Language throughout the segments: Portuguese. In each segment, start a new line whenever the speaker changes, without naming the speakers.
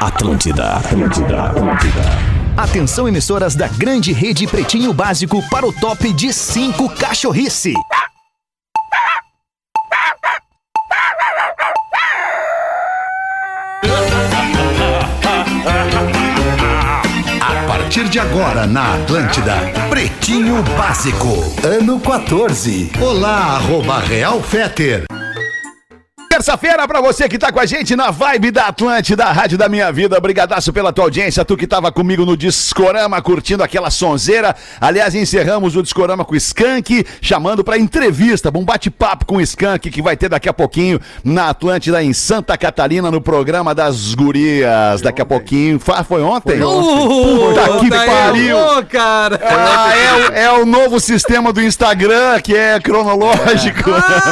Atlântida, Atlântida, Atlântida. Atenção, emissoras da grande rede Pretinho Básico para o top de 5 cachorrice.
A partir de agora na Atlântida, Pretinho Básico, ano 14. Olá, arroba Real Feter.
Terça-feira pra você que tá com a gente na Vibe da Atlântida, a Rádio da Minha Vida. Obrigadaço pela tua audiência, tu que tava comigo no Discorama curtindo aquela sonzeira. Aliás, encerramos o Discorama com o Skank, chamando pra entrevista, um bate-papo com o Skank que vai ter daqui a pouquinho na Atlântida em Santa Catarina no programa das gurias. Daqui a pouquinho, Fa- foi ontem? Puta que pariu!
Ô, cara!
Ah, é, o- é o novo sistema do Instagram que é cronológico.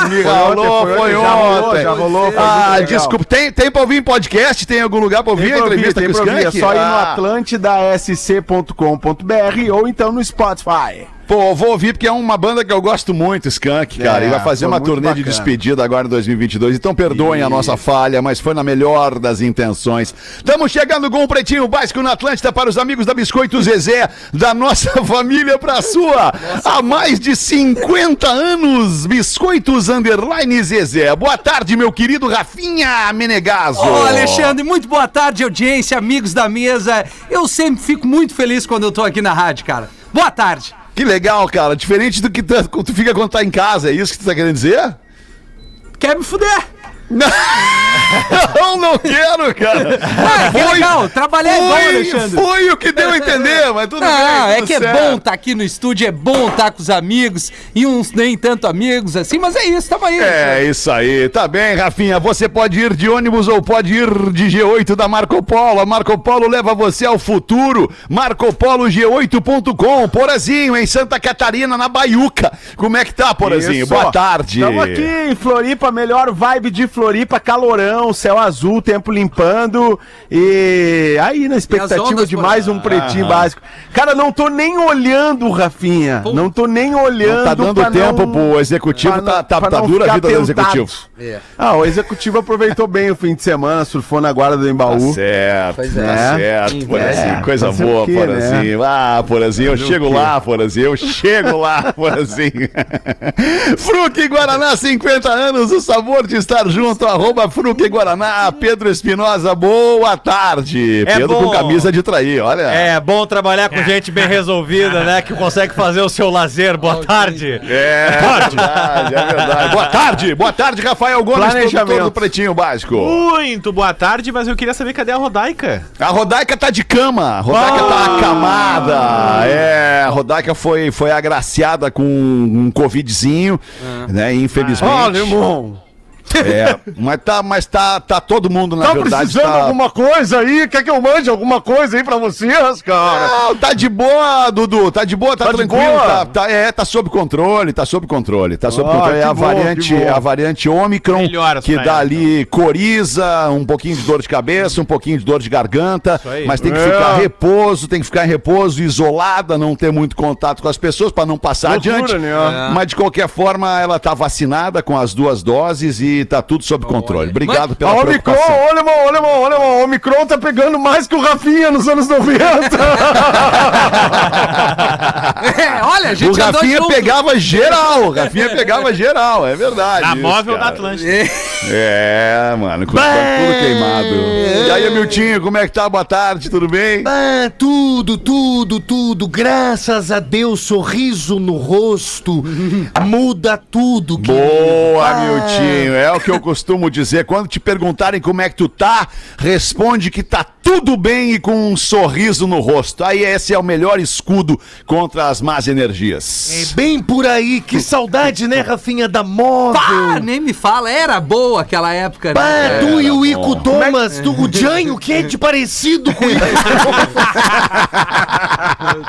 Me ralou,
ontem,
foi
É. Ah, foi
ontem.
ontem, já rolou, já rolou, foi muito
Ah,
legal.
desculpa. Tem, tem pra ouvir em podcast? Tem algum lugar pra ouvir
Tem
a
pra ouvir,
entrevista
tem
com o
pra ouvir,
Skank?
É só ir no
Ah,
atlantidasc.com.br ou então no Spotify.
Pô, vou ouvir porque é uma banda que eu gosto muito, Skank, cara. e vai
É,
fazer
foi
uma
muito
turnê de
bacana.
despedida agora em 2022. Então perdoem a nossa falha, mas foi na melhor das intenções. Estamos chegando com o Pretinho Básico na Atlântida para os amigos da Biscoito Zezé, da nossa família para a sua. Há mais de 50 anos, Biscoitos Underline Zezé. Boa tarde, meu querido Rafinha Menegaso.
Ô, Alexandre, muito boa tarde, audiência, amigos da mesa. Eu sempre fico muito feliz quando eu tô aqui na rádio, cara. Boa tarde.
Que legal, cara. Diferente do que tu, tu fica quando tá em casa, é isso que tu tá querendo dizer?
Quer me fuder?
Não, não quero, cara.
Ah, que legal, trabalhar é bom,
foi,
Alexandre.
foi o que deu a entender, mas tudo
Não,
bem.
é
tudo
que é
certo.
bom estar aqui no estúdio, é bom estar com os amigos e uns nem tanto amigos assim, mas é isso, tamo aí.
É isso aí, tá bem, Rafinha. Você pode ir de ônibus ou pode ir de G8 da Marco Polo. A Marco Polo leva você ao futuro. MarcoPoloG8.com. Porazinho, em Santa Catarina, na Baiuca. Como é que tá, Porazinho?
Isso.
Boa tarde.
Estamos aqui em Floripa, melhor vibe de Floripa, calorão, céu azul, tempo limpando e aí na
E as
expectativa
ondas
de
por-
mais um pretinho
Aham.
básico. Cara, não tô nem olhando, Rafinha.
Pô.
Não tô nem olhando.
Não tá dando
pra
tempo
não-
pro executivo,
pra não-
tá, tá,
pra
tá
não
dura a
ficar
vida do
tentado.
executivo.
É.
Ah, o executivo aproveitou bem o fim de semana, surfou na guarda do
Tá
Embaú.
certo,
Pois
tá
é.
certo,
Sim,
Porazinho.
é.
Coisa
Fazer
boa,
o quê, né?
Porazinho. Ah, Porazinho, eu chego
o quê?
lá, Porazinho, eu chego lá, Porazinho. Fruque Guaraná, 50 anos, o sabor de estar junto, arroba Fruque Guaraná, Pedro Espinosa, boa tarde.
É
Pedro com
bom.
camisa de trair, olha.
É bom trabalhar com gente bem resolvida, né? Que consegue fazer o seu lazer. Boa tarde.
É, verdade, é verdade. Boa tarde, boa tarde, Rafael Gomes,
Planejamento.
produtor do Pretinho
Uh,
Básico.
Muito boa tarde, mas eu queria saber cadê a Rodaica?
A Rodaica tá de cama, a Rodaica tá
Ah!
acamada. É, a Rodaica foi, foi agraciada com um covidzinho,
É.
né? Infelizmente.
irmão.
É, mas tá, mas tá, tá todo mundo na
Tá
verdade
precisando de
tá,
alguma coisa aí? Quer que eu mande alguma coisa aí pra vocês, cara?
Não, tá de boa, Dudu, tá de boa, tá,
Tá de
tranquilo,
boa?
Tá, tá- é, tá sob controle, tá sob controle, tá sob
Ah,
controle. É
que
a
bom,
variante,
que bom.
a variante Ômicron
Melhoras
que
pra
dá
ela,
ali coriza, um pouquinho de dor de cabeça, um pouquinho de dor de garganta,
aí.
mas tem que
É.
ficar repouso, tem que ficar em repouso, isolada, não ter muito contato com as pessoas pra não passar
Loucura,
adiante. É.
né?
Mas de qualquer forma, ela tá vacinada com as duas doses e tá tudo sob controle. Obrigado pela
A Ah, Omicron,
preocupação.
olha, irmão, olha, irmão, olha, irmão, a Omicron tá pegando mais que o Rafinha nos anos 90.
É, olha, a
O
gente andou
Rafinha
junto.
pegava geral, o Rafinha pegava geral, é verdade.
Na
isso,
móvel da
cara.
Atlântida.
É, mano, com o corpo tudo queimado. E aí, Miltinho, como é que tá? Boa tarde, tudo bem?
Ah, tudo, tudo, tudo. Graças a Deus, sorriso no rosto. Muda tudo.
Boa, Miltinho. É o que eu costumo dizer. Quando te perguntarem como é que tu tá, responde que tá tudo bem e com um sorriso no rosto. Aí esse é o melhor escudo contra as más
É
energias.
bem por aí. Que saudade, né, Rafinha, da
Pá,
móvel.
nem me fala, era boa aquela época,
Pá,
né?
tu e o Ico Thomas, tu, o Jânio, que é de parecido com o Ico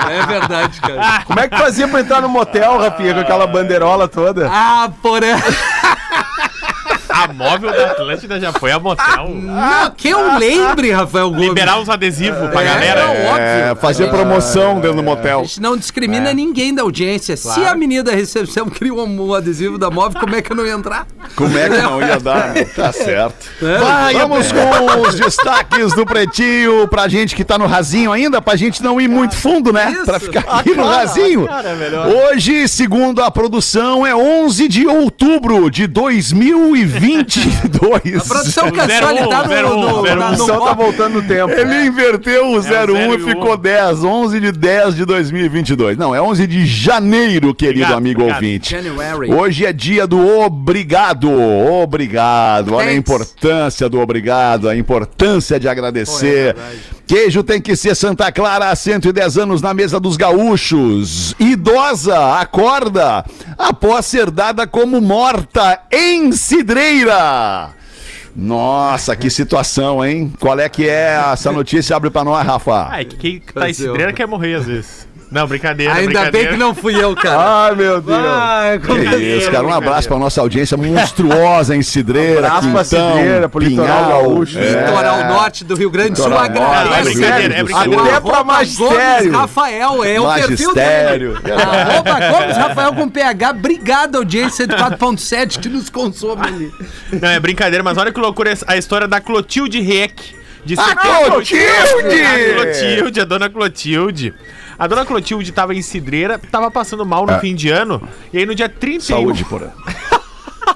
É verdade, cara.
Como é que fazia pra entrar no motel, Rafinha, com aquela bandeirola toda?
Ah, porém.
A móvel da Atlântida já foi a motel.
Não, que eu lembre, Rafael Gomes.
Liberar os adesivos pra
É,
galera. um
não,
É,
óbvio.
fazer promoção dentro do
A
motel.
gente não discrimina ninguém da audiência. Se a menina da recepção criou um adesivo da móvel, como é que eu não ia entrar?
Como é que não ia dar? né? Tá certo.
Vai,
Vamos com os destaques do Pretinho pra gente que tá no rasinho ainda, pra gente não ir muito fundo, né?
Isso.
Pra ficar aqui no rasinho. Hoje, segundo a produção, é 11 de outubro de 2022.
A produção
Zero
cansou,
um,
ele tá no-
zero um,
no-
zero
na-
um.
O
no
São tá
copo.
voltando o tempo.
Ele inverteu o 01
zero
e
e um.
ficou 10, 11 de 10 de 2022. Não, é 11 de janeiro, querido
Obrigado,
amigo
obrigado.
ouvinte.
January.
Hoje é dia do obrigado. Obrigado. Olha a
Thanks.
importância do obrigado, a importância de agradecer. Queijo tem que ser Santa Clara há 110 anos na mesa dos gaúchos. Idosa, acorda após ser dada como morta em cidreira. Nossa, que situação, hein? Qual é que é essa notícia? Abre pra nós, Rafa.
Ai, que quem tá estreia quer morrer às vezes. Não, brincadeira,
Ainda bem
brincadeira.
que não fui eu, cara.
Ai, meu Deus.
Ah,
Que
como-
isso, cara. Um abraço pra nossa audiência monstruosa em Cidreira.
Um abraço pra
Quintão,
Cidreira, pro litoral gaúcho.
é.
Litoral Norte do Rio Grande do Sul
Litoral
agradece.
Norte,
É brincadeira, é
Rio Grande do
brincadeira.
Sul.
Até pra magistério.
Gomes Rafael, é o perfil dele.
Magistério.
Arroba Gomes Rafael com PH, obrigado audiência 104.7 que nos consome ali.
Não, é brincadeira, mas olha que loucura essa- a história da Clotilde Rieck. De
Ah,
78.
Clotilde!
A Clotilde, a dona Clotilde. A dona Clotilde tava em Cidreira, tava passando mal no fim de ano, e um, aí no dia 31...
Saúde, porra.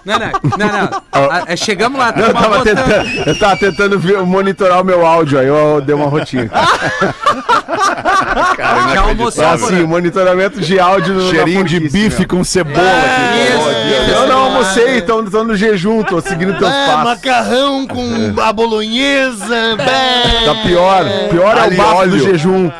Não, não, não, não. Ah, é, chegamos lá, tava
Eu tava,
botando-
tentando, eu tava Tá tentando ver- monitorar o meu áudio, aí eu dei uma rotina.
já almoçamos.
assim, monitoramento de áudio no
Cheirinho de bife com cebola.
Isso,
Eu
isso.
É, não almocei, tô, tô no jejum, tô seguindo teus
É,
passos.
macarrão com a bolonhesa. bem.
Tá pior. Pior é
Ali,
o bafo
óleo.
do jejum.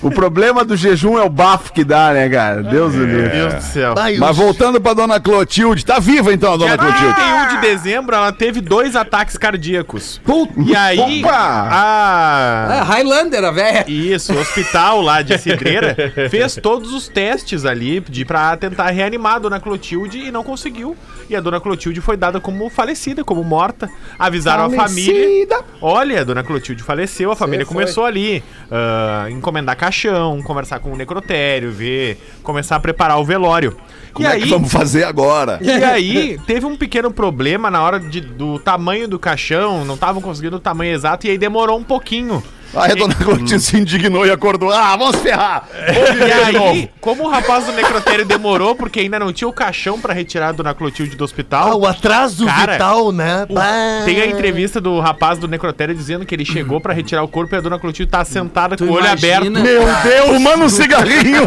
O problema do jejum é o bafo que dá, né, cara? Deus do
Meu
livre.
Deus do céu.
Ai,
Mas
eu-
voltando pra dona Clotilde. Tá viva então a dona
Dia
Clotilde?
31 de dezembro, ela teve dois ataques cardíacos. E aí,
Opa!
a...
Ah, Highlander, a velha.
Isso, o hospital lá de Cidreira fez todos os testes ali de, pra tentar reanimar a dona Clotilde e não conseguiu. E a dona Clotilde foi dada como falecida, como morta. Avisaram a família. Olha, a dona Clotilde faleceu, a família começou ali ah, encomendar caixão, conversar com o necrotério, ver, começar a preparar o velório.
Como é que vamos fazer agora?
E aí, teve um pequeno problema na hora de- do tamanho do caixão, não estavam conseguindo o tamanho exato, e aí demorou um pouquinho.
Aí a dona Clotilde se indignou e acordou. Ah, vamos ferrar. Vamos
E
viver de é novo.
aí, como o rapaz do necrotério demorou, porque ainda não tinha o caixão pra retirar a dona Clotilde do
Ah,
hospital,
o atraso
Cara,
vital, né?
o-
Bah.
tem a entrevista do rapaz do necrotério dizendo que ele chegou pra retirar o corpo e a dona Clotilde tá sentada com o olho aberto.
Meu Deus, manda um cigarrinho.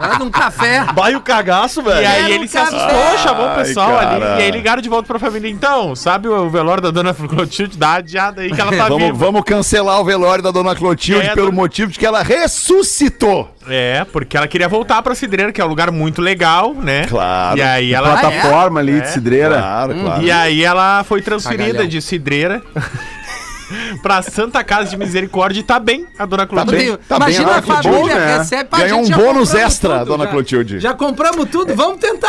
Manda um café.
Vai o cagaço,
E
velho.
aí
Quero
ele se
café.
assustou, chamou o
Ai,
pessoal
cara.
ali, e aí ligaram de volta pra família. Então, sabe o velório da dona Clotilde? Dá adiada aí que ela tá
Vamos,
viva.
vamos cancelar o velório da dona Clotilde
É,
pelo
dona-
motivo de que ela ressuscitou.
É, porque ela queria voltar pra Cidreira, que é um lugar muito legal, né?
Claro.
E aí ela...
é
é?
Plataforma ali de
É,
cidreira.
Claro, claro.
E aí ela foi transferida
Cagalhão.
de Cidreira pra Santa Casa de Misericórdia e tá bem a dona Clotilde.
bem, tá bem,
Imagina
ah,
a
que bom,
família
né?
recebe pá,
Ganhou
gente,
um
já
bônus
compramos
extra, dona
já.
Clotilde.
Já compramos tudo, vamos tentar.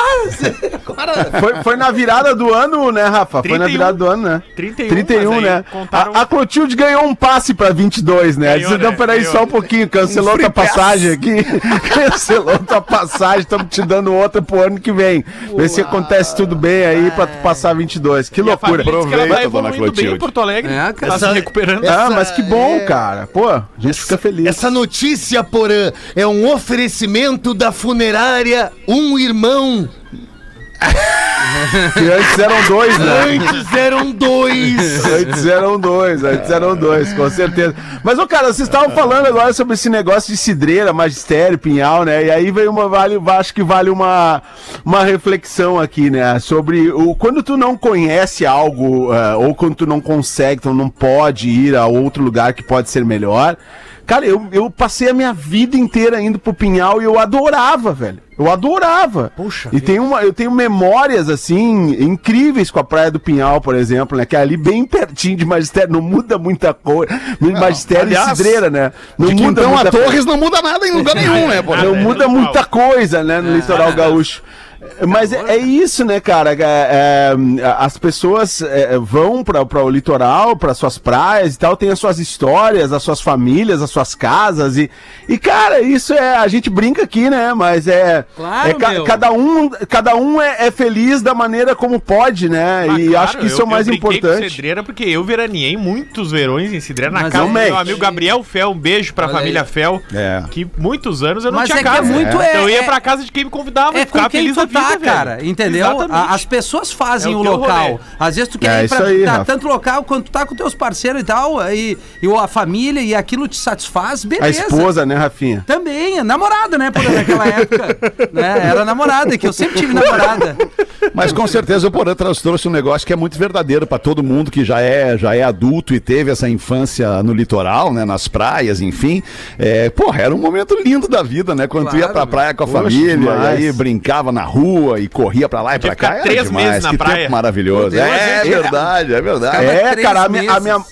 Agora.
Foi, foi na virada do ano, né, Rafa? Foi na
31.
virada do ano, né?
31,
31,
mas aí
né?
contaram-
A, a Clotilde ganhou um passe pra 22, né?
Ganhou,
Disse, não,
né?
peraí,
Ganhou.
só um pouquinho,
Um
cancelou
free
tua
pass.
passagem aqui. cancelou tua passagem, estamos te dando outra pro ano que vem. Vê se acontece tudo bem aí pra tu passar 22. Que
E a família
loucura.
diz que ela
Aproveita,
tá evoluindo
dona Clotilde.
bem em Porto Alegre.
É, cara.
tá se
Essa-
recuperando.
Ah,
Essa-
mas que bom,
é.
cara. Pô, a gente fica feliz.
Essa notícia, Porã, é um oferecimento da funerária Um Irmão.
Que antes eram dois, né?
Antes eram dois.
Antes eram dois, antes eram dois, com certeza. Mas, ô, cara, vocês estavam falando agora sobre esse negócio de cidreira, magistério, pinhal, né? E aí veio uma, vale, acho que vale uma, uma reflexão aqui, né? Sobre o, quando tu não conhece algo, eh, ou quando tu não consegue, tu não pode ir a outro lugar que pode ser melhor. Cara, eu, eu passei a minha vida inteira indo pro Pinhal e eu adorava, velho. Eu adorava. Puxa. E tem uma, eu tenho memórias, assim, incríveis com a Praia do Pinhal, por exemplo, né? Que é ali bem pertinho de Magistério. Não muda muita coisa. Magistério
aliás,
e Cidreira, né? Não
De
muda
Quintão a
muita coisa.
é
Torres não muda nada em lugar nenhum, né, pô?
Não muda
total. Ah,
muita coisa, né, no litoral gaúcho. Mas é, é
tá.
isso, né, cara? É, é, as pessoas é, vão para o litoral, para suas praias e tal, tem as suas histórias, as suas famílias, as suas casas e, e cara, isso é a gente brinca aqui, né? Mas é,
Claro,
é ca-
meu.
cada um, cada um é, é feliz da maneira como pode, né?
Ah,
e
claro,
acho que isso
eu-
é o mais
eu brinquei Com
importante.
Cedreira porque eu veraneei muitos verões em Cidreira na
Mas é
casa do
realmente.
meu amigo Gabriel Fel. Um beijo pra
Olha
família
aí.
Fel,
É.
que muitos anos eu não
Mas
tinha
é que é
casa.
muito-
Então eu
é-
ia
é-
pra casa de quem me convidava,
É com
ficava
quem
feliz
tu
da vida,
tá,
velho.
cara, entendeu?
Exatamente.
A- as pessoas fazem
É o
o
teu
local.
rolê.
Às vezes tu quer
É
ir pra
isso aí,
tá,
Rafa.
tanto local quanto tu tá com teus parceiros e tal, e, e a família, e aquilo te satisfaz, beleza.
A esposa, né, Rafinha?
Também, é namorada, né? Por naquela época. né? Era namorada, que eu sempre tive namorada.
Mas com certeza o Porã trans- trouxe um negócio que é muito verdadeiro para todo mundo que já é, já é adulto e teve essa infância no litoral, né, nas praias, enfim. É, porra, era um momento lindo da vida, né? Quando tu ia
Claro,
pra praia com a
Poxa,
família,
demais.
e aí brincava na rua e corria pra lá e pra
ficar
cá. Era
três
demais.
meses na
que
praia.
tempo maravilhoso. É, verdade, é verdade.
Ficava
É,
três
cara, a minha, a
meses.
minha-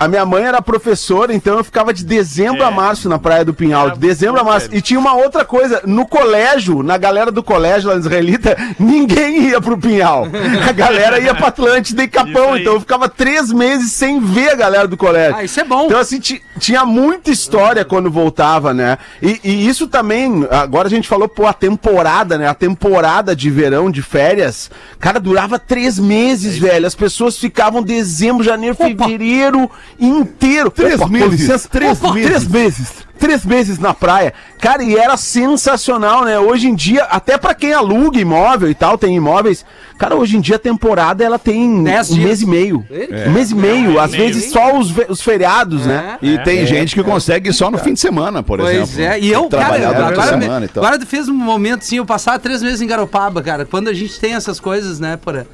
a minha mãe era professora, então eu ficava de dezembro
É.
a março na Praia do Pinhal. De dezembro a março. E tinha uma outra coisa: no colégio, na galera do colégio lá na Israelita, ninguém ia pro Pinhal. A galera ia pra Atlântida e
Isso
Capão.
aí.
Então eu ficava três meses sem ver a galera do colégio.
Ah, isso é bom.
Então, assim, ti- tinha muita história quando voltava, né? E, e isso também, agora a gente falou, pô, a temporada, né? A temporada de verão, de férias, cara, durava três meses, velho. As pessoas ficavam dezembro, janeiro, fevereiro inteiro.
Três
Opa, com
meses.
licença, três
Opa.
meses. Três meses. Três meses na praia. Cara, e era sensacional, né? Hoje em dia, até pra quem aluga imóvel e tal, tem imóveis. Cara, hoje em dia a temporada ela tem
Dez
um
dias.
mês e meio. Um mês e meio. Às vezes só os, ve- os feriados, né?
E tem gente que consegue só no fim de semana, por exemplo.
Pois é, e eu, cara,
Trabalhar durante a
agora,
semana e tal.
agora tu fez um momento assim, eu passava três meses em Garopaba, cara. Quando a gente tem essas coisas, né, porra?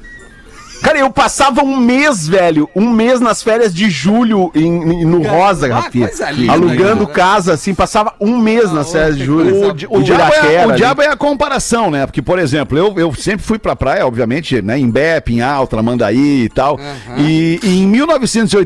Cara, eu passava um mês, velho, um mês nas férias de julho em- em- no
Cara,
Rosa,
ah,
Rafinha.
coisa linda,
Alugando
cara.
casa, assim, passava um mês nas férias de julho.
O, di- o, diabo, é,
Iraquera
a- o
ali.
diabo é a comparação, né? Porque, por exemplo, eu, eu sempre fui pra praia, obviamente, né? Em Bé, Pinhal, Tramandaí e tal. E, e em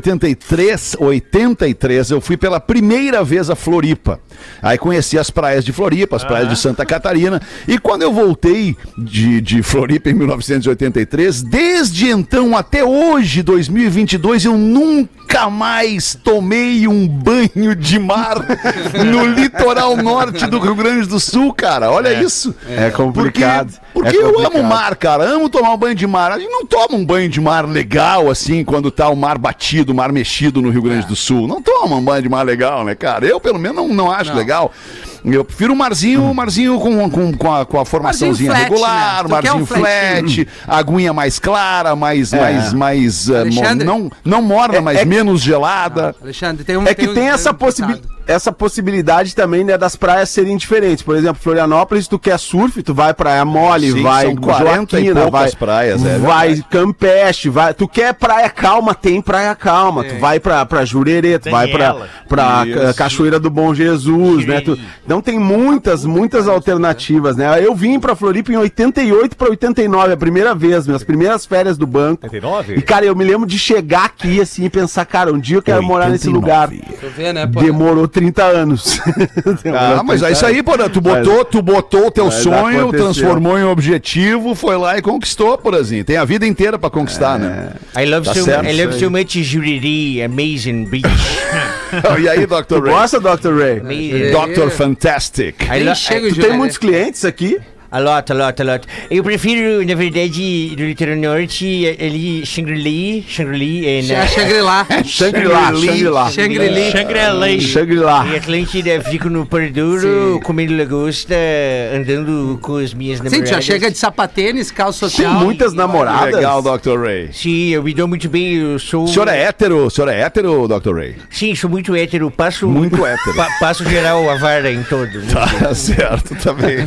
1983, 83, eu fui pela primeira vez a Floripa. Aí conheci as praias de Floripa, as praias de Santa Catarina. E quando eu voltei de, de Floripa em 1983, desde então até hoje, 2022, eu nunca mais tomei um banho de mar no litoral norte do Rio Grande do Sul, cara. Olha isso.
É complicado.
Porque, porque
É
eu amo
complicado.
o mar, cara. Amo tomar um banho de mar. A gente não toma um banho de mar legal, assim, quando tá o mar batido, o mar mexido no Rio Grande do Sul. Não toma um banho de mar legal, né, cara? Eu, pelo menos, não, não acho legal. Eu prefiro o marzinho, o marzinho com, com, com, a, com a formaçãozinha
Marzinho flat, né?
regular,
Tu
o
quer
marzinho
um
flat, a aguinha mais clara, mais, mais, mais, eh, mo-
É. Alexandre?
não, não morna, mas
é que-
menos gelada.
Alexandre, tem um.
É que
um-
tem essa,
um
possibi-
ditado.
essa possibilidade também, né, das praias serem diferentes. Por exemplo, Florianópolis, tu quer surf, tu vai praia mole,
Sim,
vai
são 40 e
Joaquina,
poucas
vai,
praias, é
vai
verdade.
Campeche, vai, tu quer praia calma, tem praia calma. Tu vai pra, pra Jurerê, tu
Tem
vai pra,
ela.
pra eh, Cachoeira do Bom Jesus, né? Tu, então tem muitas, muitas alternativas, né? Eu vim pra Floripa em 88 pra 89, a primeira vez, minhas primeiras férias do banco.
89?
E, cara, eu me lembro de chegar aqui, assim, e pensar, cara, um dia eu quero morar nesse lugar.
Tu vê, né, porra?
Demorou 30 anos.
Ah, mas é isso aí, Porã. Tu botou, tu botou o teu
Mas
sonho,
aconteceu.
transformou em objetivo, foi lá e conquistou, Porãzinho. Tem a vida inteira pra conquistar, né?
I love,
Tá
so,
certo,
I love
isso
so much Juriri, amazing beach.
e aí, Dr. Ray? É.
Gosta, Dr. Ray?
Amazing.
Dr. Fantastic.
I
Nem
lo-
chega né? o
é- Tu tem
Jurerê.
muitos clientes aqui?
A lot, a lot, a lot. Eu prefiro, na verdade, do litoral norte, eh, ali, Shangri-La, Shangri-La eh,
É
né?
a
na-
Shangri-La.
Shangri-La, Shangri-La.
Shangri-La.
Shangri-La.
Shangri-La.
E é Atlântida, fico no Parduro,
Sim.
comendo lagosta, andando com as minhas
Sim, tu
namoradas.
já chega de sapatênis, calça
Tem
social.
muitas namoradas.
Legal, Dr. Ray.
Sim, eu me dou muito bem, eu sou...
O senhor é hétero, o senhor é hétero, Dr. Ray?
Sim, sou muito hétero, passo...
Muito hétero.
pa- passo geral a vara em todo.
Tá certo, também.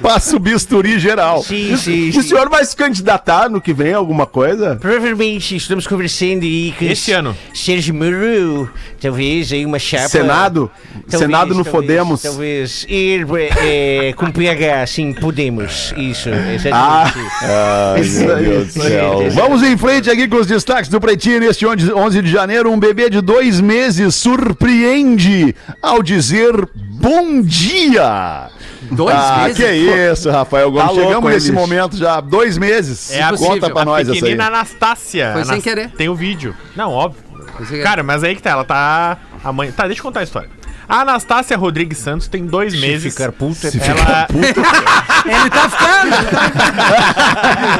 Passa o bisturi geral.
Sim, sim,
E o
sim.
senhor vai se candidatar no que vem a alguma coisa?
Provavelmente estamos conversando aí com...
Esse ano.
Sérgio Moro, talvez aí uma chapa...
Senado? Senado no Podemos?
Talvez ir eh, eh, com PH, sim, Podemos, isso, exatamente.
Ah.
Ai, meu Deus do céu. Vamos em frente aqui com os destaques do Pretinho neste 11 de janeiro. Um bebê de dois meses surpreende ao dizer Bom dia!
Dois
ah,
meses?
que isso, Rafael Gomes.
Tá louco,
Chegamos
hein,
nesse
bicho?
momento já há dois meses.
É a
Conta pra
a
nós essa aí.
pequenina Anastácia.
Foi sem
Anas-
querer.
Tem o vídeo. Não, óbvio.
Foi sem
Cara, mas aí que tá, ela tá... A mãe... Tá, deixa eu contar a história. A Anastácia Rodrigues Santos tem dois meses.
ficar puto é
ela...
Ele tá ficando.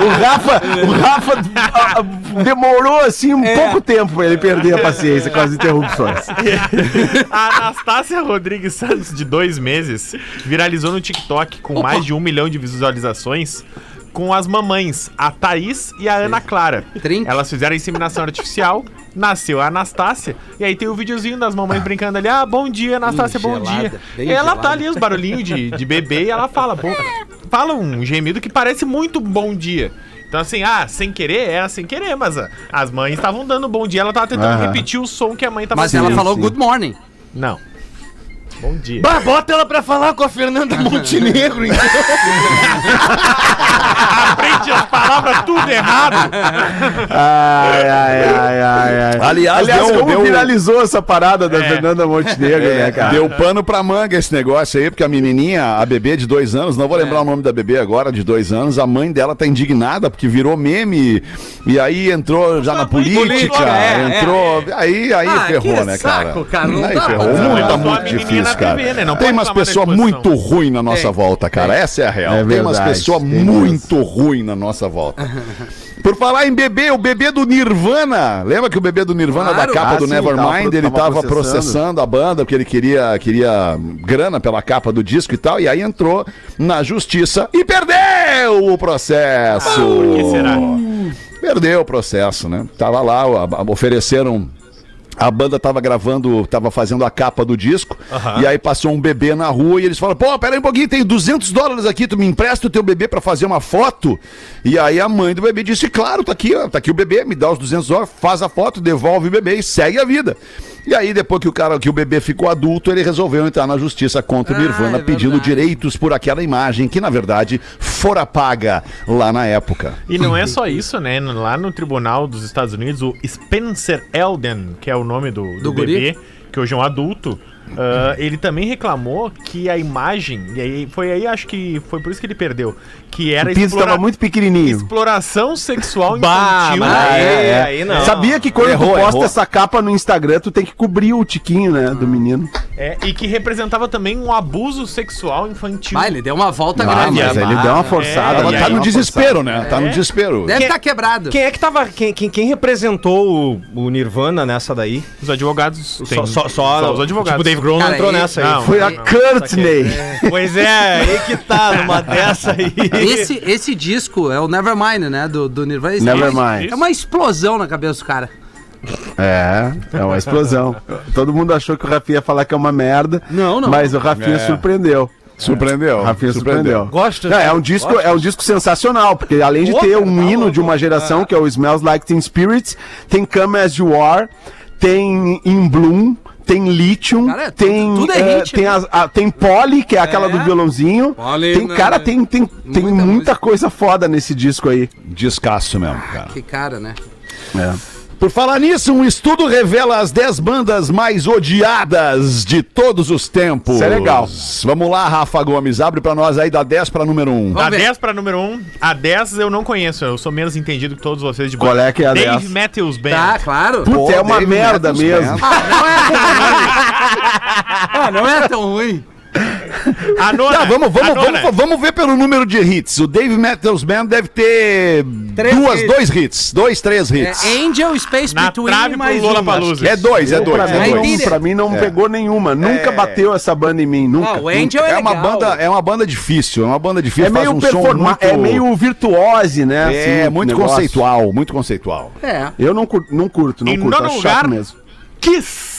O Rafa, o Rafa ah, demorou assim um pouco tempo pra ele perder a paciência com as interrupções.
A Anastácia Rodrigues Santos, de dois meses, viralizou no TikTok com mais de um milhão de visualizações com as mamães, a Thaís e a Ana Clara.
Trinque.
Elas fizeram a inseminação artificial, nasceu a Anastácia, e aí tem o videozinho das mamães brincando ali, ah, bom dia, Anastácia, bom
gelada,
dia.
bem
E ela
gelada.
tá ali, os barulhinhos de, de bebê, e ela fala, bom, fala um gemido que parece muito bom dia. Então assim, ah, sem querer, era sem querer, mas ah, as mães estavam dando bom dia, ela tava tentando
Aham.
repetir o som que a mãe tava
Mas ela
Sim,
falou
sim.
good morning.
Não. Bom dia.
Bah, bota ela pra falar com a Fernanda Montenegro. então.
Aprende as palavras tudo errado.
Ai, ai, ai, ai, ai.
Aliás,
É. Aliás, um-
deu-
como
deu-
viralizou essa parada da
É.
Fernanda Montenegro, né, cara?
É, Deu pano pra manga esse negócio aí, porque a menininha, a bebê de dois anos,
É.
não vou lembrar o nome da bebê agora, de dois anos, a mãe dela tá indignada porque virou meme e aí entrou já na
mãe
política,
política,
é,
entrou. Aí, aí
Ah,
ferrou,
que
né, cara?
saco, cara, não
aí
dá pra
ferrou.
fazer
Muito,
nada.
tá
Só a
muito
menininha
difícil,
na
cara.
TV, né? Não
tem
pode
umas
tomar na
pessoas
exposição.
muito ruins na nossa
Tem.
volta, cara. Essa é a real.
É
tem umas
verdade,
pessoas
tem
muito ruins na nossa volta. Por falar em bebê, o bebê do Nirvana. Lembra que o bebê do Nirvana
Claro.
da capa
Ah,
do
sim, tava
Nevermind,
pro-
ele
tava
tava processando.
processando.
a banda porque ele queria, queria grana pela capa do disco e tal, e aí entrou na justiça e perdeu o processo.
Ah, por que será?
Perdeu o processo, né? Tava lá, a- a- ofereceram a banda tava gravando, tava fazendo a capa do disco, e aí passou um bebê na rua e eles falaram: pô, peraí um pouquinho, tem 200 dólares aqui, tu me empresta o teu bebê pra fazer uma foto? E aí a mãe do bebê disse: claro, tá aqui, ó, tá aqui o bebê, me dá os 200 dólares, faz a foto, devolve o bebê e segue a vida. E aí, depois que o cara, que o bebê ficou adulto, ele resolveu entrar na justiça contra o
Ah,
Nirvana,
é
pedindo
verdade.
direitos por aquela imagem que, na verdade, fora paga lá na época.
E não é só isso, né? Lá no tribunal dos Estados Unidos, o Spencer Elden, que é o nome do, do,
Do
bebê, que hoje é um adulto, ah, ele também reclamou que a imagem, e aí foi aí, acho que foi por isso que ele perdeu, que era
O piso
explora-
tava muito pequenininho.
exploração sexual
Bah,
infantil.
mas aí-
É, é.
aí não.
Sabia que quando
Errou,
tu posta
errou.
essa capa no Instagram, tu tem que cobrir o tiquinho, né, do menino.
É, e que representava também um abuso sexual infantil.
Ah, ele deu uma volta
Ah,
grande.
mas
né?
ele deu uma forçada.
É,
Ela
né?
tá
Deu
no
uma
desespero, né? Tá no
É.
desespero.
Deve
Quem-
estar quebrado.
Quem é que tava. Quem, quem, quem representou o, o Nirvana nessa daí?
Os advogados.
Só,
têm-
só, só,
os advogados.
Tipo, o Dave Grohl
Cara,
não entrou
aí-
nessa aí.
não.
Foi a Courtney.
Pois é, aí que tá numa dessa aí.
Esse, esse disco é o Nevermind, né? Do, do Nirvana. Esse
Nevermind.
é uma- É uma explosão na cabeça do cara.
É, é uma explosão. Todo mundo achou que o Rafinha ia falar que é uma merda.
Não, não.
Mas o Rafinha
É.
surpreendeu.
Surpreendeu.
O Rafinha surpreendeu.
Gosto,
É, é um disco, é um disco sensacional, porque além de
Pô,
ter
cara,
um
tá
hino
louco.
de uma geração, que é o Smells Like Teen Spirit, tem Come As You Are, tem In Bloom, tem Lithium,
Cara, é tudo-
tem
tudo é
eh,
hit,
tem,
né?
as- a- tem Polly, que é aquela
É.
do violãozinho.
Polly,
tem
né?
cara, tem tem, tem
Muita
muita,
música.
coisa foda nesse disco aí.
Descasso mesmo, cara.
Que cara, né?
Por falar nisso, um estudo revela as 10 bandas mais odiadas de todos os tempos.
Isso é legal.
Vamos lá, Rafa Gomes, abre pra nós aí da 10 pra número 1.
Da
Vamos ver.
10 pra número 1, a 10 eu não conheço, eu sou menos entendido que todos vocês de
Qual é que é a
Dave
10?
Matthews Band.
Tá, claro.
Puta, é uma merda
Não
mesmo.
é tão ruim. Ah, não é tão ruim.
A nona,
Tá, vamos,
a
vamos,
nona.
vamos, vamos ver pelo número de hits. O Dave Matthews Band deve ter
Três
duas,
hits.
dois hits. Dois, três
É
hits.
Angel, Space
Na
Between
trave
e
pro
mais
Lola
uma.
Palusa.
É dois, é dois,
pra,
é
mim,
dois.
não, pra mim não pegou nenhuma, nunca bateu essa banda em mim, nunca.
Ah, o Angel é,
É uma
legal.
banda, é uma banda difícil, é uma banda difícil,
É meio
faz um som
performa,
muito...
é meio virtuose, né?
É,
assim, o
muito
negócio.
conceitual, muito conceitual.
É.
Eu não curto, não curto, não
Em
curto,
nono
acho
lugar,
chato mesmo.
Kiss.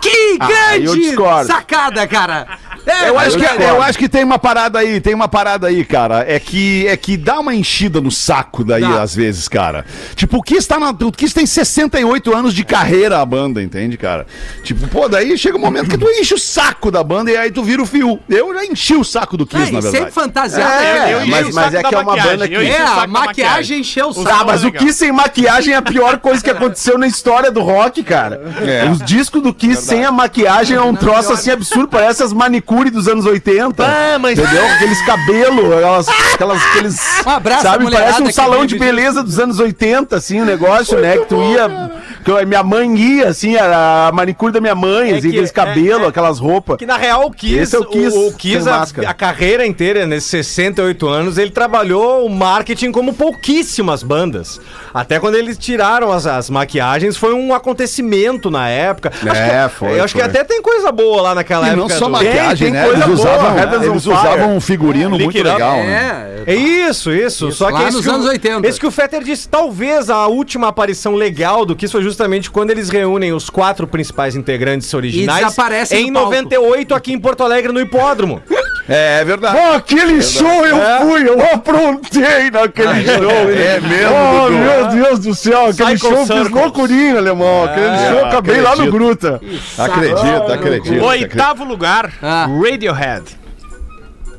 Que
Ah, aí eu
grande
discordo.
sacada, cara! É,
eu, acho
é
que, é, eu acho que tem uma parada aí, tem uma parada aí, cara. É que, é que dá uma enchida no saco daí,
Dá.
às vezes, cara. Tipo, o Kiss, tá na, o Kiss tem 68 anos de carreira a banda, entende, cara? Tipo, pô, daí chega um momento que tu enche o saco da banda e aí tu vira o fio. Eu já enchi o saco do Kiss,
É,
na
e sempre
verdade.
fantasiado.
É,
eu enchi
mas-
o
mas
saco
é
da
que é uma
maquiagem,
banda que-
eu enchi o
É,
saco
a
da
maquiagem encheu o
Ah,
saco.
mas o
legal.
Kiss sem maquiagem é a pior coisa que aconteceu na história do rock, cara.
É.
Os discos do Kiss sem a maquiagem é um troço assim absurdo, parece as manicure dos anos 80.
Ah, mas-
Entendeu? Aqueles cabelos, aquelas, aquelas- aqueles.
Um abraço à
sabe,
mulherada
parece um
que
salão de
vive disso.
beleza dos anos 80, assim, o negócio, né? Que tu ia. Que eu- minha mãe ia, assim, era a manicure da minha mãe, assim,
que-
aqueles
é-
cabelos,
é-
aquelas roupas.
Que na real o Kiss,
Esse é o Kiss,
o, o
sem
Kiss, a,
máscara.
a carreira inteira, nesses 68 anos, ele trabalhou o marketing como pouquíssimas bandas. Até quando eles tiraram as, as maquiagens, foi um acontecimento na época.
É,
que,
foi,
Eu acho
foi.
que até tem coisa boa lá naquela
E
época.
não só
do-
maquiagem,
Tem- tem
né?
coisa
Eles
boa,
usavam,
Heavens on
eles
Fire.
usavam um figurino
Lick
muito
It Up,
legal, né?
É,
É isso, isso. Só
Lá
que é isso
nos
que
anos
o,
80.
Isso que o Fetter disse. Talvez a última aparição legal do Kiss foi justamente quando eles reúnem os quatro principais integrantes originais
desaparecem
em
do palco.
98 aqui em Porto Alegre no hipódromo.
É, é verdade.
Pô, aquele show eu
É.
fui, eu aprontei
Ah,
naquele show.
é mesmo,
Oh,
Dudu?
meu Deus do céu, aquele
Psycho
show eu fiz
Circus.
loucurinha, alemão.
É,
aquele show eu acabei lá no
acredito.
Gruta.
Acredito, acredito. acredito.
Oitavo lugar,
Ah.
Radiohead.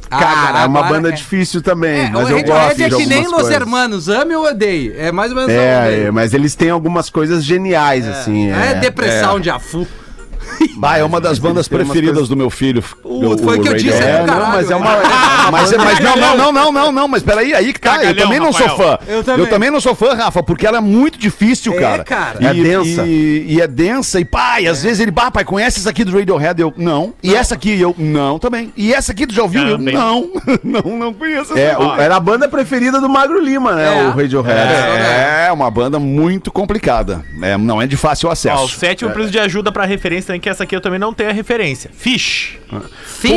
Cara, é uma
agora
banda
é.
difícil também,
É,
mas
o
eu gosto
Radiohead
de
é que
algumas
nem Los
coisas.
Hermanos, ame ou odeie. É mais ou menos
É, é, mas eles têm algumas coisas geniais, assim.
é, é depressão de afu.
Bah, é uma das bandas
tem umas
preferidas
coisas-
do meu filho.
O- foi que eu disse,
Radiohead.
É,
do
não,
caralho,
mas é
é.
uma... é uma
Mas, é-
banda-
mas não, não, não, não, não, não, mas peraí, aí que tá, eu
Cagalhão,
também não sou
Rafael.
fã. Eu também. não sou fã, Rafa, porque ela é muito difícil,
É,
cara.
cara.
E,
É densa.
E, e é densa, e pai, às vezes ele, bah, pai, conhece essa aqui do Radiohead? Eu, não. E essa aqui? Eu, não também. E essa aqui, tu já ouviu? Eu,
Também.
não. Não, não conheço
É,
essa.
o- era a banda preferida do Magro Lima, né?
É.
O Radiohead.
É, é uma banda muito complicada. É, não é de fácil
Ó, o
acesso.
sétimo eu preciso de ajuda pra referência, né, que essa aqui eu também não tenho a referência. Fish.
Pô, o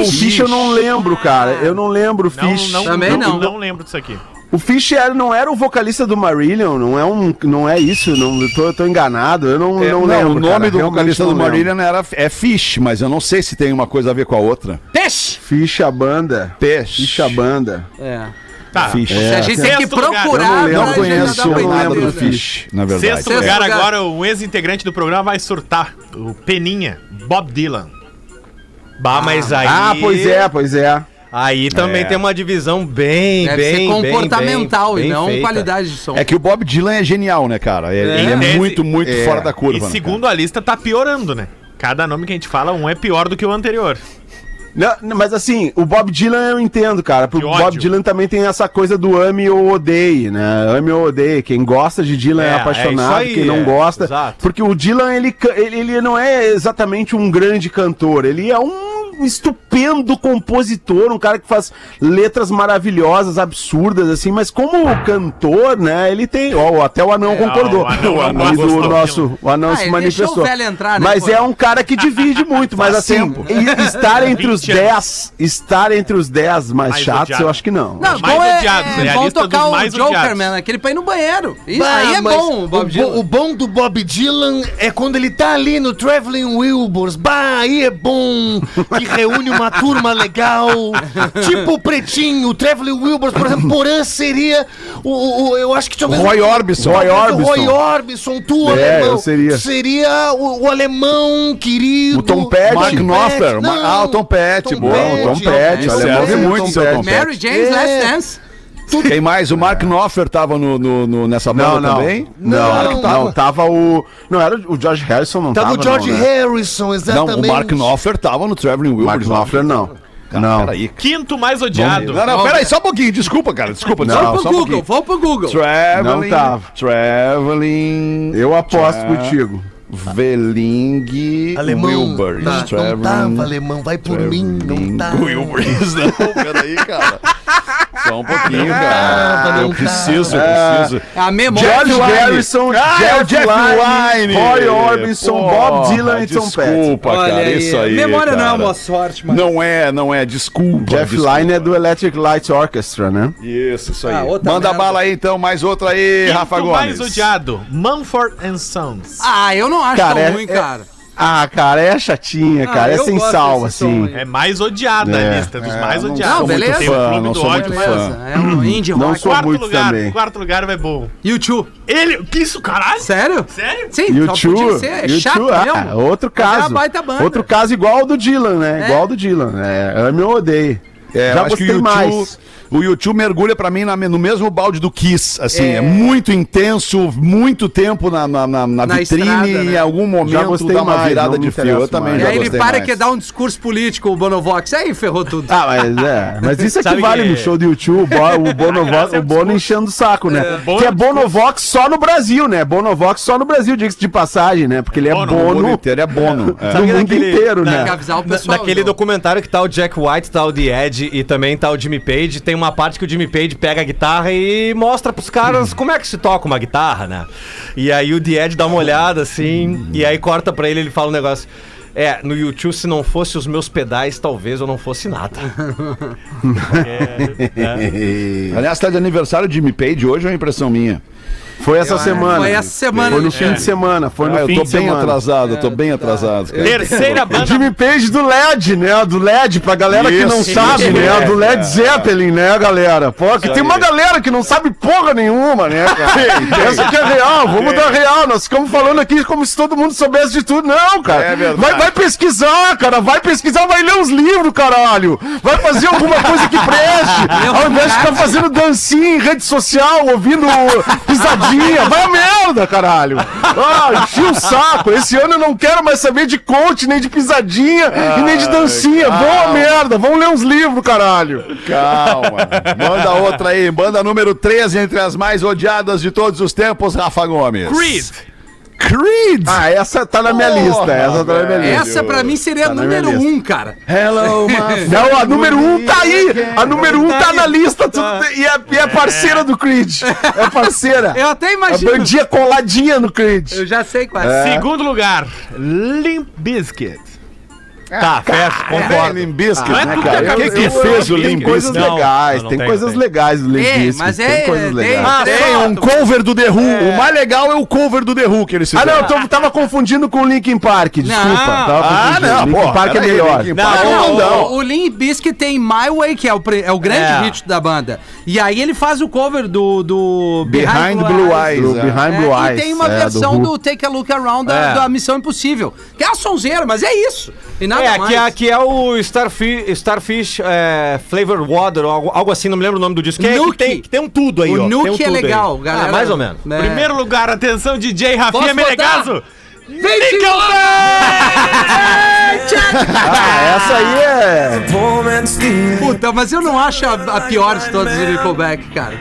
Fish eu não lembro, cara. Eu não lembro o Fish.
Também não.
não lembro disso aqui.
O Fish era- não era o vocalista do Marillion, não é, um, não é isso, não, eu, tô, eu tô enganado, eu não,
É,
não, lembro.
o nome
cara,
do
realmente
vocalista
não
do
lembro.
Marillion era, é Fish, mas eu não sei se tem uma coisa a ver com a outra.
Deixa!
Fish a banda.
Peixe.
Fish a banda.
É.
Tá.
Fish.
Se a gente tem que
Sexto lugar.
Eu
procurar,
não lembro,
agora
não
já
conheço,
dá pra
eu não lembro
entender,
do
né?
Fish, na verdade. É.
Sexto
Sexto
lugar
lugar.
agora, um ex-integrante do programa vai surtar. O Peninha, Bob Dylan.
Bah, mas aí.
Ah, pois é, pois é.
Aí também
É.
tem uma divisão bem,
Deve
bem,
ser
bem,
comportamental
bem,
e
bem
não
feita.
qualidade de
então.
som.
É que o Bob Dylan é genial, né, cara? É- Ele é
Deve-
muito, muito
é.
fora da curva.
e
né,
segundo a lista, tá piorando, né? Cada nome que a gente fala, um é pior do que o anterior.
Não, não, mas assim, o Bob Dylan eu entendo, cara. Porque
Que
o
ódio.
Bob Dylan também tem essa coisa do ame ou odeie, né? Ame ou odeie. Quem gosta de Dylan é,
É, é
apaixonado,
isso aí,
quem não
é,
gosta.
exato.
Porque o Dylan, ele, ca- ele, ele não é exatamente um grande cantor, ele é um estupendo compositor, um cara que faz letras maravilhosas, absurdas, assim, mas como cantor, né, ele tem, ó, até o anão concordou,
o anão- o anão
Ali
gostou do
do nosso, o anão
Ah,
se
ele deixou
manifestou,
o velho entrar, né,
mas
pô?
é um cara que divide muito, mas assim, e- estar entre os
20 anos.
10, estar entre os 10 mais,
Mais
chatos,
odiado.
eu acho que não.
Não,
mais
bom é,
odiados, né?
é
A
bom
lista dos
tocar o
mais
Joker,
odiados.
man, aquele pra ir no banheiro. Isso
Bah,
aí é
mas
bom, o Bob
bo-
Dylan.
o bom do Bob Dylan é quando ele tá ali no Traveling Wilburys. Bah, aí é bom. Que reúne uma turma legal. tipo o Pretinho, o Traveling Wilburys, por exemplo, Porã seria o, o- o- eu acho que talvez
Roy Orbison.
Roy
talvez o Roy
Orbison.
Orbison, tu
É,
alemão.
eu seria.
Seria o, o alemão querido.
O Tom Petty.
Mark Knopfler. Ma-
não.
Ah, o Tom Petty, boa. O Tom Petty.
Petty,
O
alemão é
alemão
tem
muito
Tom
seu Tom
Petty.
Petty.
Mary Jane's
É.
Last Dance.
Quem mais? O Mark Knopfler tava no, no- no- nessa banda
Não, não.
também?
Não,
Claro que
não,
tava.
tava. o. Não, era o George Harrison, não
Tava
tava.
o George
não, né?
Harrison,
Não,
exatamente.
o Mark Knopfler tava no Traveling
O Mark
Wilburys. lá.
Knopfler, não.
Cara,
não.
Peraí.
Quinto mais odiado.
Não, não, peraí, só um pouquinho. Desculpa, cara. Desculpa,
Não,
desculpa.
Vamos
só
pro
um
Google,
pouquinho.
vamos pro Google.
Traveling.
Não tava.
Traveling.
Eu aposto
Tra-
contigo.
Veling.
Alemão.
Wilburys.
Tá, não tava, alemão. Vai por mim. Não tá. tava.
Wilburys, não, peraí, cara. Só um pouquinho,
Ah,
cara. Eu
não
preciso, eu preciso.
A memória.
George Harrison,
Ah, é o
Jeff,
Jeff
Lynne,
Lynne.
Roy Orbison, Bob
Porra,
Dylan e Tom Petty.
Desculpa, cara, isso aí.
Memória não é
cara.
uma sorte, mano.
Não é, não é, desculpa.
Jeff
desculpa.
Lynne é do Electric Light Orchestra, né?
Isso, isso aí.
Ah, outra
Manda
merda.
bala aí então, mais outra aí,
Quinto
Rafa Gomes.
mais odiado, Mumford and Sons.
Ah, eu não acho
Cara, é-
tão ruim,
é-
cara.
Ah, cara, é chatinha,
Ah,
cara. É
eu
sem
gosto
sal,
desse
assim.
som aí.
É mais odiada a
É,
lista, dos
é,
mais
não
odiados.
sou muito
fã, não sou
ódio,
muito
mas-
fã.
Beleza, é um indie
Não
rock.
sou-
Quarto
muito
lugar,
também.
quarto lugar vai bom.
YouTube.
Ele, que isso, caralho?
Sério?
Sério?
Sim, só podia
YouTube,
ser. É chato mesmo.
ah, outro
Mas É
caso.
uma baita banda.
Outro caso igual ao do Dylan, né?
É.
Igual ao do Dylan. É, ame ou odeio.
É, eu
Já
acho que
gostei
o YouTube,
mais.
O YouTube mergulha pra mim na- no mesmo balde do Kiss, assim, é, muito intenso, muito tempo na, na, na- na
Na
vitrine
estrada,
e em
né?
algum
Já
momento
gostei
dá uma
mais,
virada
não me
de fio. Eu
interesso
também
E
mais.
já
aí ele
gostei
para
mais.
que dá um discurso político, o Bonovox. Aí ferrou tudo.
Ah, mas é. Mas isso é que
Sabe
vale
que-
no show do YouTube, o, Bo- o, Bonovox, o Bono enchendo o saco, né?
Bono
que é Bonovox só no Brasil, né? Bonovox só no Brasil, diga-se de passagem, né? Porque ele é
Bono,
Bono,
O mundo inteiro é bono. é.
no mundo
naquele-
inteiro,
Tem que
né?
avisar o
Na-
pessoal.
Naquele
viu?
documentário que tá o Jack White, tá o The Edge e também tá o Jimmy Page, tem uma parte que o Jimmy Page pega a guitarra e mostra pros caras como é que se toca uma guitarra, né? E aí o The Edge dá uma olhada assim, e aí corta pra ele ele fala um negócio. É, no YouTube, se não fosse os meus pedais, talvez eu não fosse nada.
Aliás, tá de aniversário de Jimmy Page hoje ou é impressão minha?
Foi essa semana.
Foi essa semana,
Foi no
Alexandre.
fim de semana. Foi no
Ah, eu
fim
tô
de
bem
semana.
atrasado, eu tô bem atrasado. cara.
Terceira
O
banda.
Jimmy Page do LED, né? Do LED, pra galera que não
Isso,
sabe, né?
é,
Do LED Zeppelin, né, galera? Pô, que tem uma galera que não sabe porra nenhuma, né, cara? Essa que é real, vamos dar real. Nós ficamos falando aqui como se todo mundo soubesse de tudo. Não, cara.
É verdade.
vai, vai pesquisar, cara. Vai pesquisar, vai ler os livros, caralho. Vai fazer alguma coisa que preste. Ao invés de ficar fazendo dancinha em rede social, ouvindo pisadinha. Vai a merda, caralho. Ah, enchi o saco. Esse ano eu não quero mais saber de coach, nem de pisadinha e nem de dancinha. Boa merda. Vamos ler uns livros, caralho.
Calma. Manda outra aí. Manda número 13 entre as mais odiadas de todos os tempos, Rafa Gomes.
Creed.
Creed.
Ah, essa tá na minha
Porra,
lista. Essa tá na minha lista.
Essa pra mim seria a
Tá na minha
número
lista.
um, cara.
Hello, my
Não, a número um tá aí! A número um tá na lista tu- e, é, e é parceira do Creed. É parceira.
Eu até
A É,
imagino.
bandinha coladinha no Creed.
Eu já sei é. quase.
Segundo lugar, Limp Bizkit.
tá, fecha, concordo.
Limbiscuit,
Ah,
né,
tudo
cara?
que
O que,
eu-
que
eu-
fez o
eu-
Tem
Limp
coisas
Limbiscuit?
Bizkit. Não,
legais,
não
tem,
tem,
coisas
tem.
legais do Limp
É,
Bizkit,
mas
tem
é-
coisas legais.
tem-
Ah,
Tem um cover do The Who. O mais legal é o cover do The Who que eles
Ah, não,
fizeram.
eu tô- tava confundindo com o Linkin Park, desculpa. Tava
Ah,
confundindo.
não,
Linkin
pô,
Park é
peraí,
melhor.
Linkin
Park é
Não,
Não,
então.
o, o Limp Bizkit tem My Way, que é o, pre- é o grande
É.
hit da banda. E aí ele faz o cover do, do
Behind Blue Eyes.
Do Behind
É,
Blue Eyes.
e tem uma
é,
versão
Who.
do, Take a Look Around da,
É.
da Missão Impossível. Que é a sonzeira, mas é isso. E nada
É,
mais.
que, é- que é o Starfish, Starfish é, Flavor Water, ou algo, algo assim, não me lembro o nome do disco. Que, é, que,
Nuke.
tem, que tem um tudo aí,
O
ó.
Nuke
tem um
é
tudo aí.
legal, galera.
Ah, mais ou menos.
É.
Primeiro lugar, atenção, DJ Rafinha
Posso
Menegaso.
Ah, essa aí é.
Puta, mas eu não acho a, a pior de todas do Nickelback, cara.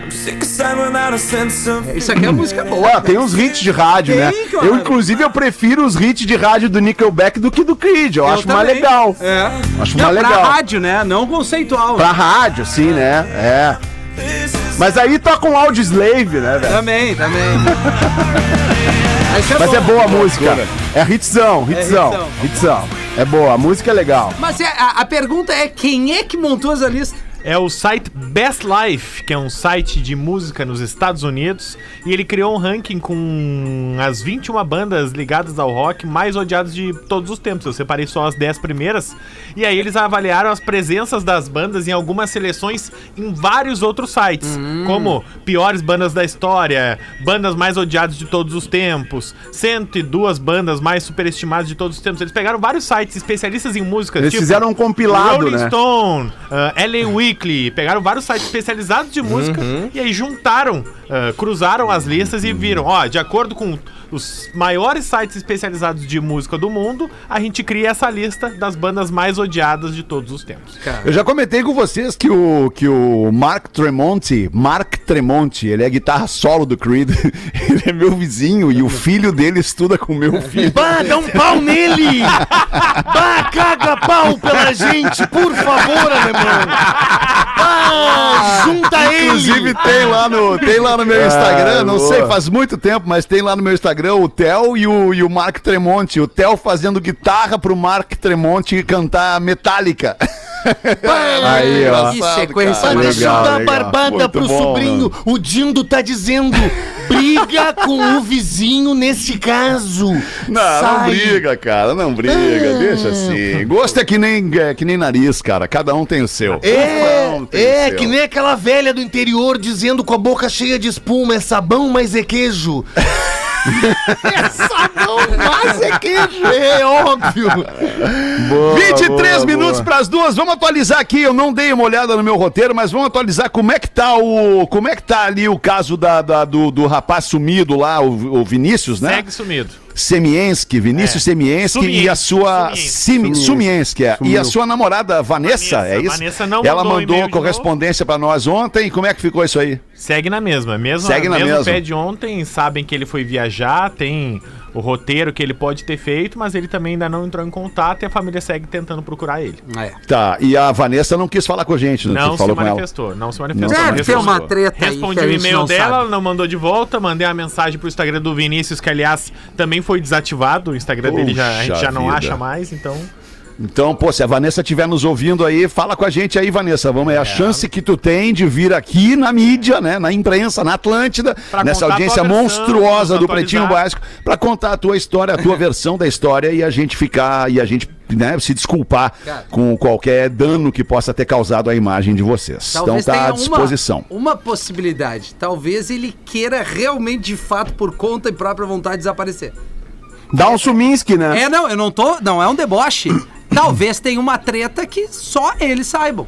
Isso aqui é música boa.
Ué, tem uns hits de rádio,
Tem,
né?
cara.
Eu, inclusive, eu prefiro os hits de rádio do Nickelback do que do Creed. Eu, acho mais
também.
legal.
É.
Acho
Não,
mais
pra
Tá legal.
rádio, né? Não conceitual.
Pra rádio, sim, né? É. Mas aí tá com áudio slave, né, velho?
Também, também. Mas é
Mas
bom.
é boa a música. É hitzão, hitzão,
hitzão.
hitzão. É boa, a música é legal.
Mas é, a, a pergunta é quem é que montou essa lista?
É o site Best Life, que é um site de música nos Estados Unidos, e ele criou um ranking com as 21 bandas ligadas ao rock mais odiadas de todos os tempos. Eu separei só as 10 primeiras, e aí eles avaliaram as presenças das bandas em algumas seleções em vários outros sites, como piores bandas da história, bandas mais odiadas de todos os tempos, 102 bandas mais superestimadas de todos os tempos. Eles pegaram vários sites especialistas em música, tipo
Eles
Tipo,
fizeram um compilado,
Rolling
né?
Stone, ah, LA Weekly, pegaram vários sites especializados de música
Uhum.
e aí juntaram, ah, cruzaram as listas e viram, ó, de acordo com os maiores sites especializados de música do mundo, a gente cria essa lista das bandas mais odiadas de todos os tempos.
Eu já comentei com vocês que o, que o Mark Tremonti, Mark Tremonti, ele é guitarra solo do Creed, ele é meu vizinho e o filho dele estuda com o meu filho.
Bah, dá um pau nele! Bah, caga pau pela gente, por favor, alemão! Bah, junta ele!
Inclusive tem lá no, tem lá no meu Instagram, não
boa.
sei, faz muito tempo, mas tem lá no meu Instagram o Theo e o, e o Mark Tremonti. O Theo fazendo guitarra pro Mark Tremonti cantar Metallica.
É. Aí, ó.
Que sequência
Mas deixa eu
é legal,
dar a
legal.
barbada
Muito
pro
bom,
sobrinho. O Dindo tá dizendo: briga com o vizinho nesse caso.
Não, não
Sai.
briga, cara, não briga, deixa assim. Gosto é que nem, é que nem nariz, cara, cada um tem o seu.
É,
Cada um tem o
é
seu.
que nem aquela velha do interior dizendo com a boca cheia de espuma: é sabão, mas é queijo. é sabão, mas é queijo. É óbvio.
Boa,
23
boa,
minutos
boa.
pras duas, vamos atualizar aqui. Eu não dei uma olhada no meu roteiro, mas vamos atualizar como é que tá o. Como é que tá ali o caso da, da- do, do rapaz sumido lá, o, o Vinícius, né?
Segue sumido.
Semienski, Vinícius Semienski
Sumienski,
e a sua
Sumienski.
Simi- Sumienski, é. e a sua namorada Vanessa,
Vanessa,
é isso?
Vanessa não
Ela
mandou
mandou
e-mail
a
de
correspondência pra nós ontem. Como é que ficou isso aí?
Segue na mesma. Mesmo,
Segue na
mesmo
mesma.
pé de ontem, sabem que ele foi viajar, tem o roteiro que ele pode ter feito, mas ele também ainda não entrou em contato e a família segue tentando procurar ele.
É.
Tá, e a Vanessa não quis falar com a gente, né?
Não
Tu
se
falou com ela.
manifestou, não se manifestou.
Deve
Não
ter
respondeu.
uma
treta aí
Respondi
que a
o
gente
e-mail
não
dela,
sabe.
ela não mandou de volta, mandei a mensagem pro Instagram do Vinícius, que aliás também foi desativado, o Instagram dele já, a gente
Puxa
já não
vida.
acha mais, então...
Então, pô, se a Vanessa estiver nos ouvindo aí, fala com a gente aí, Vanessa. Vamos, é a chance que tu tem de vir aqui na mídia, né? Na imprensa, na Atlântida,
Pra
nessa
contar a tua
audiência
versão,
monstruosa
nos
do
atualizar.
Pretinho Básico, pra contar a tua história, a tua versão da história e a gente ficar e a gente né, se desculpar com qualquer dano que possa ter causado à imagem de vocês.
Talvez
então tá à
tenha uma-
disposição.
Uma, possibilidade. Talvez ele queira realmente, de fato, por conta e própria vontade, desaparecer.
Dá um Suminski, né?
É, não, eu não tô. Não é um deboche. Talvez tenha uma treta que só eles saibam.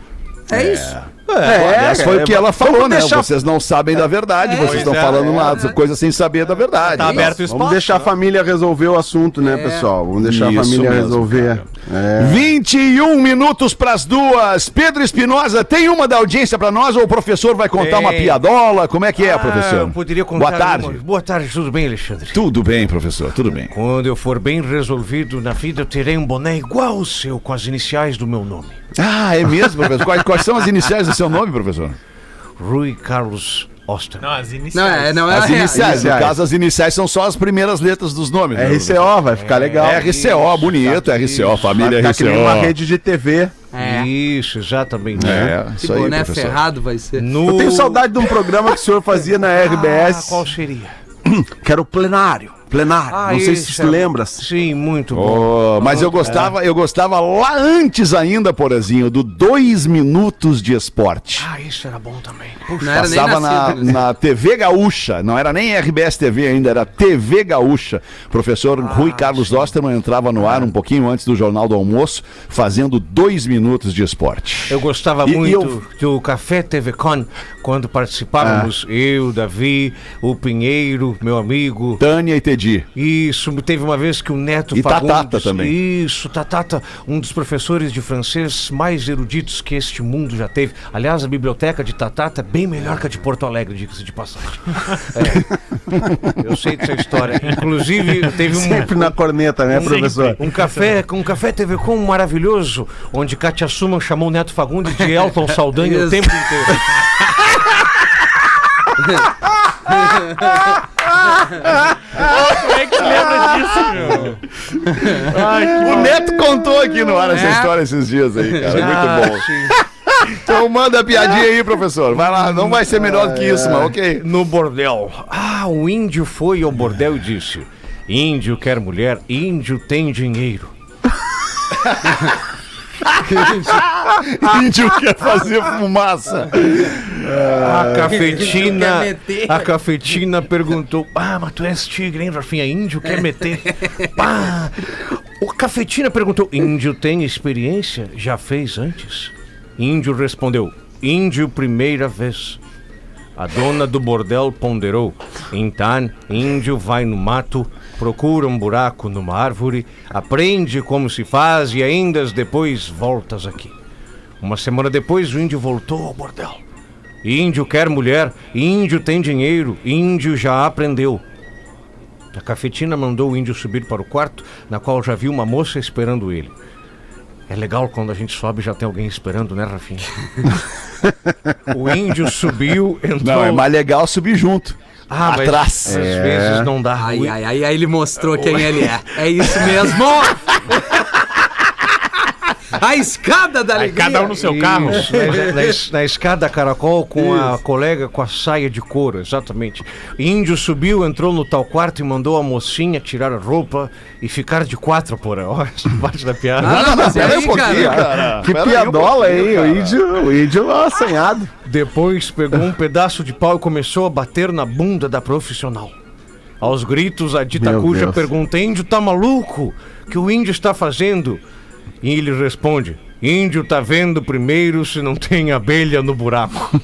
É, isso.
Aliás, foi
é,
o que ela falou, né?
deixar-
Vocês não sabem da verdade, vocês estão
Pois é,
falando
é.
lá coisa sem saber da verdade.
Tá aberto o
Vamos
espaço.
deixar a família resolver o assunto,
É.
né, pessoal? Vamos deixar
Isso
a família
mesmo,
resolver. É.
21 minutos pras duas. Pedro Espinosa, tem uma da audiência pra nós ou o professor vai contar
Tem.
uma piadola? Como é que é, professor?
Ah, eu poderia contar.
Boa tarde.
uma. Boa tarde, tudo bem, Alexandre?
Tudo bem, professor, tudo bem.
Quando eu for bem resolvido na vida, eu terei um boné igual o seu, com as iniciais do meu nome.
Ah, é mesmo, professor? Quais, quais são as iniciais do seu nome, professor?
Rui Carlos Oster.
Não, as iniciais.
Não é,
Ah,
não é
As
real.
iniciais, no
iniciais.
caso, as iniciais são só as primeiras letras dos nomes.
É.
né, professor? É,
RCO, vai
É.
ficar legal.
RCO, bonito, RCO, família
Vai ficar que nem uma
RCO.
rede de TV.
É.
Isso, exatamente.
É,
Que
isso aí,
né,
boné
professor.
ferrado vai ser.
No...
Eu tenho saudade de um programa que o senhor fazia na
Ah,
RBS,
qual seria?
que era o Plenário. Plenário.
Ah,
Não sei se
esse
se
é-
lembra.
Sim, muito bom.
Oh, mas eu gostava,
é.
eu gostava lá antes ainda, Porazinho, do dois minutos de esporte.
Ah, isso era bom também.
Não era nem
Passava na,
nascido. né?
na TV Gaúcha, não era nem RBS TV ainda, era TV Gaúcha. Professor
Ah,
Rui Carlos Dosterman entrava no ar um pouquinho antes do Jornal do Almoço, fazendo dois minutos de esporte.
Eu gostava
E- e
muito
eu-
do Café TV Con, quando participávamos, eu, Davi, o Pinheiro, meu amigo.
Tânia e Tedi.
Isso, teve uma vez que o Neto um
E Tatata também.
Isso, Tatata, um dos professores de francês mais eruditos que este mundo já teve. Aliás, a biblioteca de Tatata é bem melhor que a de Porto Alegre, diga-se de passagem. É, eu sei dessa história. Inclusive, teve um,
Sempre na corneta, né, professor?
um café, um café TV com maravilhoso, onde Katia Suman chamou o Neto Fagundes de Elton Saldanha o
Isso.
tempo inteiro.
Como é que lembra disso, meu?
O Neto contou aqui no ar essa
É.
história esses dias aí, cara. Muito bom.
sim.
Então manda a piadinha aí, professor. Vai lá, não vai ser melhor do que
É.
isso, mas ok.
no bordel. Ah, o índio foi ao bordel e disse: Índio quer mulher, índio tem dinheiro.
Índio quer fazer fumaça.
A
Quer
cafetina.
meter.
A cafetina perguntou: Ah, mas tu és tigre, hein, Rafinha? Índio quer meter. Pá. O cafetina perguntou: Índio tem experiência? Já fez antes? Índio respondeu: Índio, primeira vez. A dona do bordel ponderou. Então, índio vai no mato, procura um buraco numa árvore, aprende como se faz e ainda depois voltas aqui. Uma semana depois, o índio voltou ao bordel. Índio quer mulher, índio tem dinheiro, índio já aprendeu. A cafetina mandou o índio subir para o quarto, na qual já viu uma moça esperando ele. É legal quando a gente sobe e já tem alguém esperando, né, Rafinha? o índio subiu, entrou.
Não, é mais legal subir junto.
Ah, mas
atrás. É.
Às vezes não dá.
Ai,
O-
ai, ai, aí ele mostrou quem ele é. É isso mesmo. A escada da
Aí
alegria.
cada um no seu carro.
Isso, na, na- na escada caracol com a colega com a saia de couro, exatamente. Índio subiu, entrou no tal quarto e mandou a mocinha tirar a roupa e ficar de quatro por hora. Essa parte da piada.
Ah, mas
Pera aí um pouquinho,
cara.
cara. Que piadola, hein? O índio, o índio assanhado.
Depois pegou um pedaço de pau e começou a bater na bunda da profissional. Aos gritos, a dita
Meu
cuja
Deus.
pergunta: Índio, tá maluco? O que o índio está fazendo? E ele responde: Índio tá vendo primeiro se não tem abelha no buraco.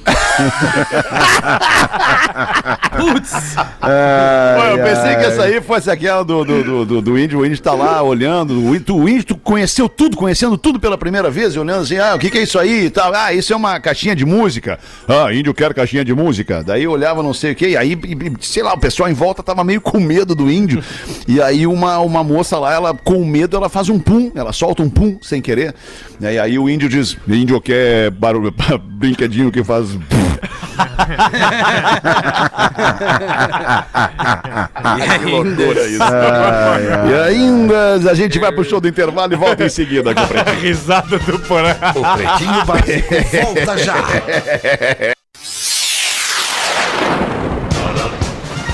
Putz.
Pô,
Ai,
eu pensei
ai.
que essa aí fosse aquela do, do, do, do, do índio. O índio tá lá olhando. O índio, o índio conheceu tudo, conhecendo tudo pela primeira vez, e olhando assim: ah, o que, que é isso aí? E tal. Ah, isso é uma caixinha de música. Ah, índio quer caixinha de música. Daí eu olhava não sei o que. E aí, e- e, sei lá, o pessoal em volta tava meio com medo do índio. E aí uma, uma moça lá, ela com medo, ela faz um pum. Ela solta um pum sem querer. E aí o índio diz: índio quer barulho, brinquedinho que faz.
E ainda-
E ainda a gente vai pro show do intervalo e volta em seguida com o Pretinho.
Risada do
né?
porão.
O Pretinho Básico volta já.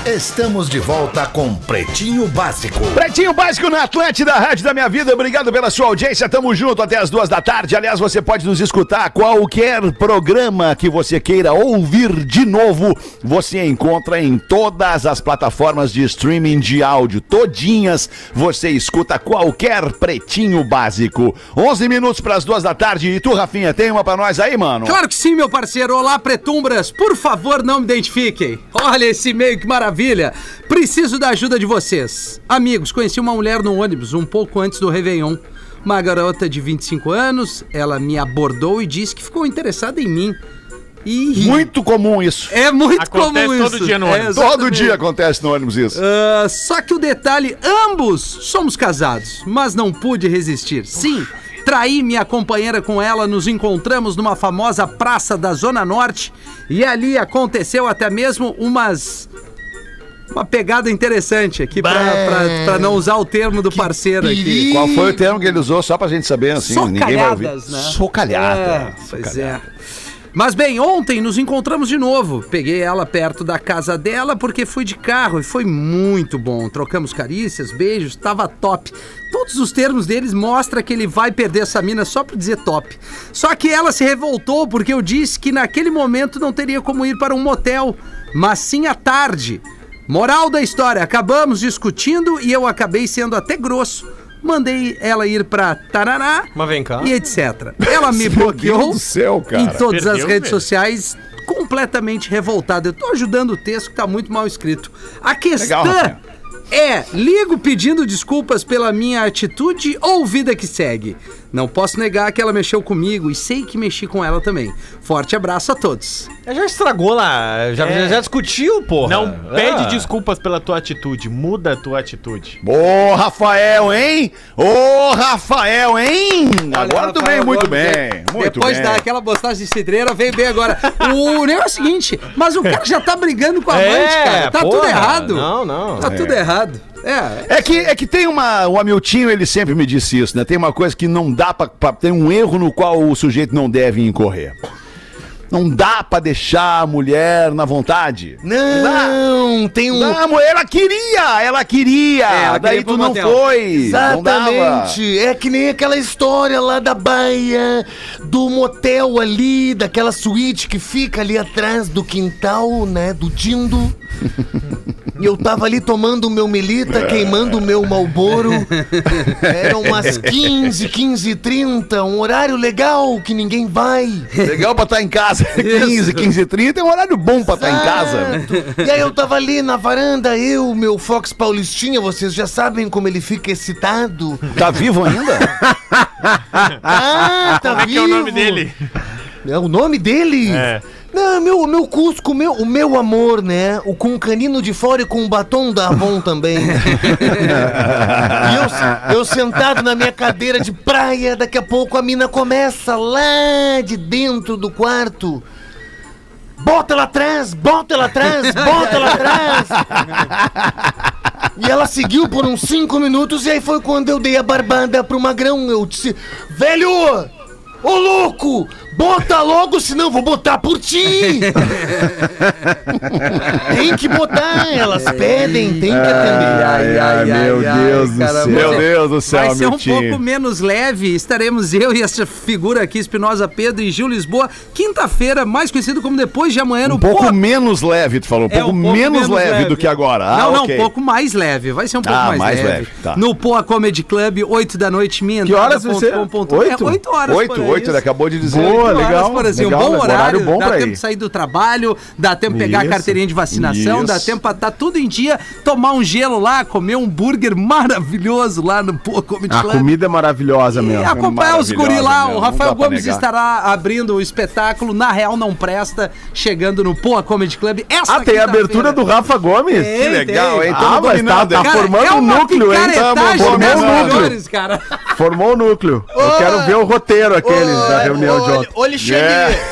Estamos de volta com Pretinho Básico.
Pretinho Básico na Atlântida, Rádio da Minha Vida. Obrigado pela sua audiência. Tamo junto até as duas da tarde. Aliás, você pode nos escutar qualquer programa que você queira ouvir de novo. Você encontra em todas as plataformas de streaming de áudio, todinhas. Você escuta qualquer Pretinho Básico. 11 minutos pras duas da tarde. E tu, Rafinha, tem uma pra nós aí, mano?
Claro que sim, meu parceiro. Olá, Pretumbras. Por favor, não me identifiquem. Olha esse e-mail, que maravilha. Preciso da ajuda de vocês. Amigos, conheci uma mulher no ônibus um pouco antes do Réveillon. Uma garota de 25 anos, ela me abordou e disse que ficou interessada em mim. E
Muito comum isso.
é muito
Acontece
comum
todo
isso.
dia no ônibus.
É,
Todo
exatamente.
dia acontece no ônibus isso.
Ah, só que o detalhe, ambos somos casados, mas não pude resistir. Sim, traí minha companheira com ela, nos encontramos numa famosa praça da Zona Norte e ali aconteceu até mesmo umas. Uma pegada interessante aqui, pra, pra, pra não usar o termo do parceiro aqui.
Qual foi o termo que ele usou, só pra gente saber, assim, ninguém vai ouvir.
Socalhadas, né?
Socalhada.
É, pois é. Mas bem, ontem nos encontramos de novo. Peguei ela perto da casa dela porque fui de carro e foi muito bom. Trocamos carícias, beijos, tava top. Todos os termos deles mostra que ele vai perder essa mina só por dizer top. Só que ela se revoltou porque eu disse que naquele momento não teria como ir para um motel, mas sim à tarde. Moral da história, acabamos discutindo e eu acabei sendo até grosso. Mandei ela ir pra Tarará
Mas vem cá.
e etc. Ela me
Meu Deus
bloqueou
do céu, cara.
em todas
Perdeu
as redes
mesmo.
sociais, completamente revoltada. Eu tô ajudando o texto que tá muito mal escrito. A questão
Legal, Rafinha.
é: ligo pedindo desculpas pela minha atitude ou vida que segue? Não posso negar que ela mexeu comigo e sei que mexi com ela também. Forte abraço a todos.
Já estragou lá, já, já- já discutiu, porra.
É. Não
Ah.
pede desculpas pela tua atitude, muda a tua atitude.
Ô, Rafael, hein? Ô, Rafael, hein? agora tu vem muito bem. Muito
Depois
bem.
daquela postagem de cidreira, veio bem agora. O negócio é o seguinte, mas o cara já tá brigando com a
É,
amante, cara. Tá tudo
porra,
errado.
não, não.
Tá tudo errado. É,
É que, é que tem uma. O Hamiltinho, ele sempre me disse isso, né? Tem uma coisa que não dá pra, pra- Tem um erro no qual o sujeito não deve incorrer. Não dá pra deixar a mulher na vontade.
Não, tem um.
Não, amor, ela queria! Ela queria!
É, ela queria
Daí
ir pro
tu não
motel.
foi!
Ah,
Não dava.
Exatamente. É que nem aquela história lá da baia, do motel ali, daquela suíte que fica ali atrás do quintal, né, do dindo. E eu tava ali tomando o meu melita, queimando o meu malboro. Eram umas 15, 15 e 30, um horário legal que ninguém vai.
Legal pra estar em casa. 15, 15 30 é um horário bom pra
Tá
estar em casa.
Exato. E aí eu tava ali na varanda, eu, meu Fox Paulistinha, vocês já sabem como ele fica excitado.
Tá vivo ainda?
Ah, tá
Como é que é o nome
vivo.
dele?
É o nome dele?
É.
Não, meu, meu Cusco, meu, o meu amor, né? O com canino de fora e com o batom da Avon também. né? e eu, eu sentado na minha cadeira de praia, daqui a pouco a mina começa lá de dentro do quarto. Bota ela atrás, bota ela atrás, bota ela atrás. E ela seguiu por uns cinco minutos e aí foi quando eu dei a barbada pro magrão. Eu disse: Velho! Ô louco! Bota logo, senão vou botar por ti! tem que botar, elas pedem, tem que atender.
Ai, ai, meu Deus do céu.
Meu Deus do céu,
Vai ser é, um
Miltinho.
pouco menos leve. Estaremos eu e essa figura aqui, Espinosa Pedro e Gil Lisboa, quinta-feira, mais conhecido como depois de amanhã no
Um pouco
Pô-
menos leve, tu falou. Um
É,
pouco, menos, leve, do que agora. Ah,
não, não,
ok.
um pouco mais leve. Vai ser um pouco
Ah,
mais,
mais
leve.
leve, tá.
No Poa Comedy Club, 8 da noite, minha
Que horas vai ser?
8?
Oito?
É, 8 horas.
Oito, oito, ele acabou de dizer.
Boa,
Boa, legal.
legal,
Por assim,
legal,
um bom
legal,
horário,
horário bom
dá
pra
tempo
ir.
de sair do trabalho, dá tempo de pegar a
Isso,
carteirinha de vacinação,
isso.
dá tempo pra dar tudo em dia, tomar um gelo lá, comer um burger maravilhoso lá no Poa Comedy
Ah,
A
Club.
comida é maravilhosa
E
mesmo.
acompanhar os guri
maravilhosa
lá,
mesmo,
o
não
Rafael
dá pra
Gomes
negar.
estará abrindo o espetáculo Na Real Não Presta, chegando no Poa Comedy Club. Essa
Ah, tem a
quinta-feira.
abertura do Rafa Gomes?
Tem, tem.
legal, hein?
Ah,
Tamo
mas tá,
dominando,
tá
hein?
Cara,
formando
é
um
uma
núcleo, hein?
picaretagem
Tamo
das
formando um núcleo.
melhores, cara.
Formou o núcleo. Eu quero ver o roteiro aquele da reunião de ontem.
Ô, Alexandre,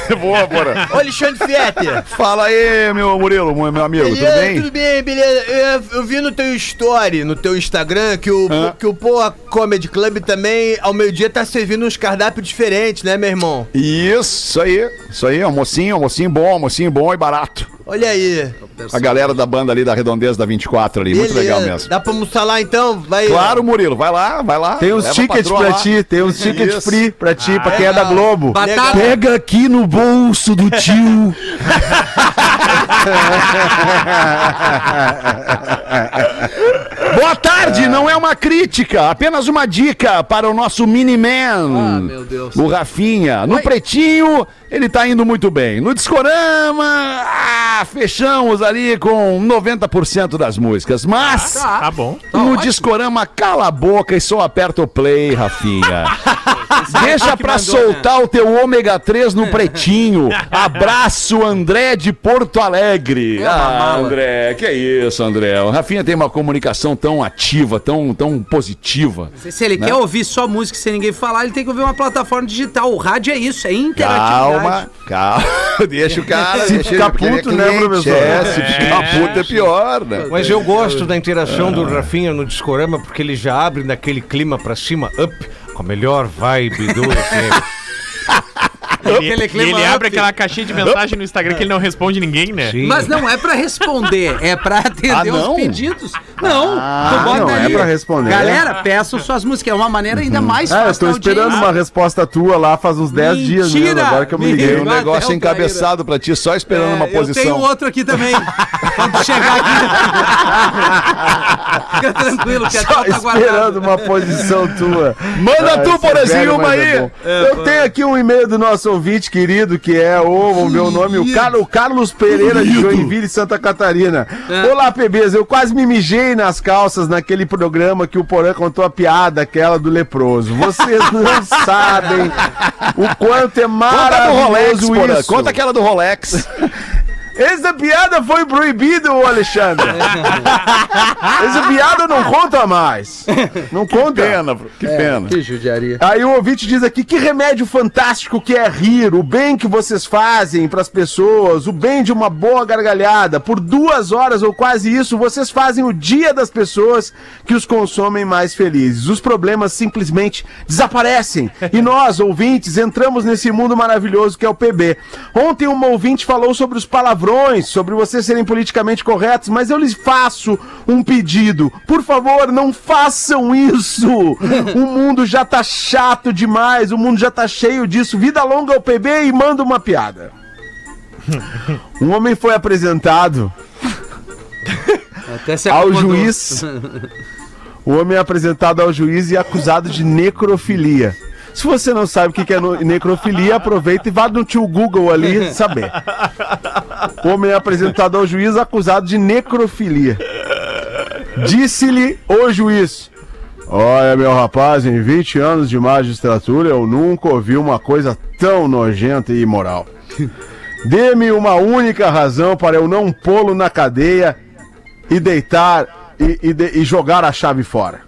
É, boa, bora.
ô, Alexandre Fiete.
Fala aí, meu Murilo, meu meu amigo, tudo
Beleza,
bem?
Tudo bem, beleza. Eu, eu vi no teu story, no teu Instagram, que o, que o Poa Comedy Club também, ao meio-dia, tá servindo uns cardápios diferentes, né, meu irmão?
Isso aí, isso aí, almocinho, almocinho bom, almocinho bom e barato.
Olha aí.
A galera da banda ali da Redondeza da 24 ali, muito legal mesmo.
Dá pra almoçar lá, então? Vai.
Claro, Murilo, vai lá, vai lá.
Tem uns
leva a
tickets
patroa
pra
lá.
ti, tem uns tickets
Isso.
free pra ti, pra quem é da
Ah,
legal.
Globo.
Batata,
Pega aqui no bolso do tio.
Boa tarde, não é uma crítica, apenas uma dica para o nosso Miniman.
Ah, meu Deus.
O Rafinha. No Pretinho, ele tá indo muito bem. No Discorama, ah, fechamos ali com 90% das músicas. Mas
Tá bom.
no Discorama, cala a boca e só aperta o play, Rafinha. Deixa pra soltar o teu ômega 3 no pretinho. Abraço, André de Porto Alegre.
É uma
Ah,
mala.
André, que isso, André. O Rafinha tem uma comunicação tão ativa, tão, tão positiva.
Se ele
Né?
quer ouvir só música sem ninguém falar, ele tem que ouvir uma plataforma digital. O rádio é isso, é interatividade.
Calma, calma. Deixa o cara.
Se
deixa
ficar
ele, porque ele é
puto, né,
cliente.
professor?
É, se ficar puto é pior, né?
Mas eu gosto da interação do Rafinha no Discorama, porque ele já abre naquele clima pra cima, up, com a melhor vibe do FM.
Ele,
Aquele clima
e ele
up.
abre aquela caixinha de mensagem no Instagram que ele não responde ninguém, né?
Sim.
Mas não é pra responder, é pra atender
Ah, não?
os pedidos. Não,
Ah, não, é
ali.
pra responder.
Galera, peçam suas músicas. É uma maneira ainda mais
É, eu tô
da
esperando
audiência.
uma resposta tua lá faz uns 10 dias mesmo,
Mentira!
agora que eu me
Tem
liguei.
um
Igual
negócio
até o
encabeçado pra ti, só esperando
tá É,
uma posição.
Eu tenho outro aqui também. Quando chegar aqui. Fica tranquilo, que a
Só
tropa tá guardada.
esperando uma posição tua.
Manda
Ah,
tu,
esse
Porazinho,
velho,
uma
mas é
aí.
bom. Eu tenho aqui um e-mail do nosso ouvinte querido, que é o, vamos ver o nome, o, Car o Carlos Pereira de Joinville, Santa Catarina.
É.
Olá, PBs, eu quase me mijei nas calças naquele programa que o Porã contou a piada, aquela do leproso. Vocês não sabem o quanto é
Conta do Rolex,
maravilhoso
Porã.
isso.
Conta aquela do Rolex.
Essa piada foi proibida, ô Alexandre. Essa piada não conta mais. Não conta.
bro. Que pena.
Que judiaria.
Aí o ouvinte diz aqui: que remédio fantástico que é rir, o bem que vocês fazem pras pessoas, o bem de uma boa gargalhada. Por duas horas ou quase isso, vocês fazem o dia das pessoas que os consomem mais felizes. Os problemas simplesmente desaparecem. E nós, ouvintes, entramos nesse mundo maravilhoso que é o PB. Ontem uma ouvinte falou sobre os palavrões, sobre vocês serem politicamente corretos, mas eu lhes faço um pedido. Por favor, não façam isso! O mundo já tá chato demais, o mundo já tá cheio disso. Vida longa ao PB e manda uma piada. Um homem foi apresentado
Até se
ao
acomodou.
juiz. O homem é apresentado ao juiz e é acusado de necrofilia. Se você não sabe o que que é no- necrofilia, aproveita e vá no tio Google ali saber. O homem é apresentado ao juiz acusado de necrofilia. Disse-lhe o juiz: Olha, meu rapaz, em 20 anos de magistratura eu nunca ouvi uma coisa tão nojenta e imoral. Dê-me uma única razão para eu não pô-lo na cadeia e deitar e, e de- e jogar a chave fora.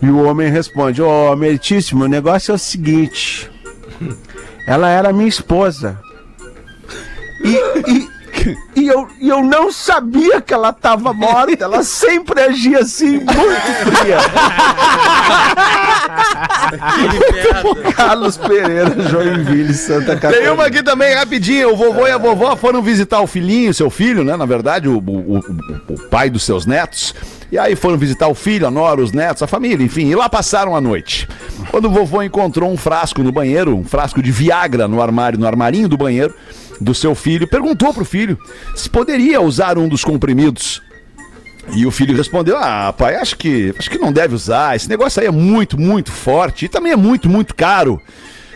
E o homem responde: Ô, meritíssimo, o negócio é o seguinte. Ela era minha esposa. E, e- E eu, e eu não sabia que ela tava morta. Ela sempre agia assim, muito fria. Carlos Pereira, Joinville, Santa Catarina.
Tem uma aqui também, rapidinho. O vovô e a vovó foram visitar o filhinho, seu filho, né? Na verdade, o, o- o- o pai dos seus netos. E aí foram visitar o filho, a nora, os netos, a família, enfim. E lá passaram a noite. Quando o vovô encontrou um frasco no banheiro, um frasco de Viagra no armário, no armarinho do banheiro do seu filho, perguntou pro filho se poderia usar um dos comprimidos. E o filho respondeu: Ah, pai, acho que acho que não deve usar. Esse negócio aí é muito, muito forte e também é muito, muito caro.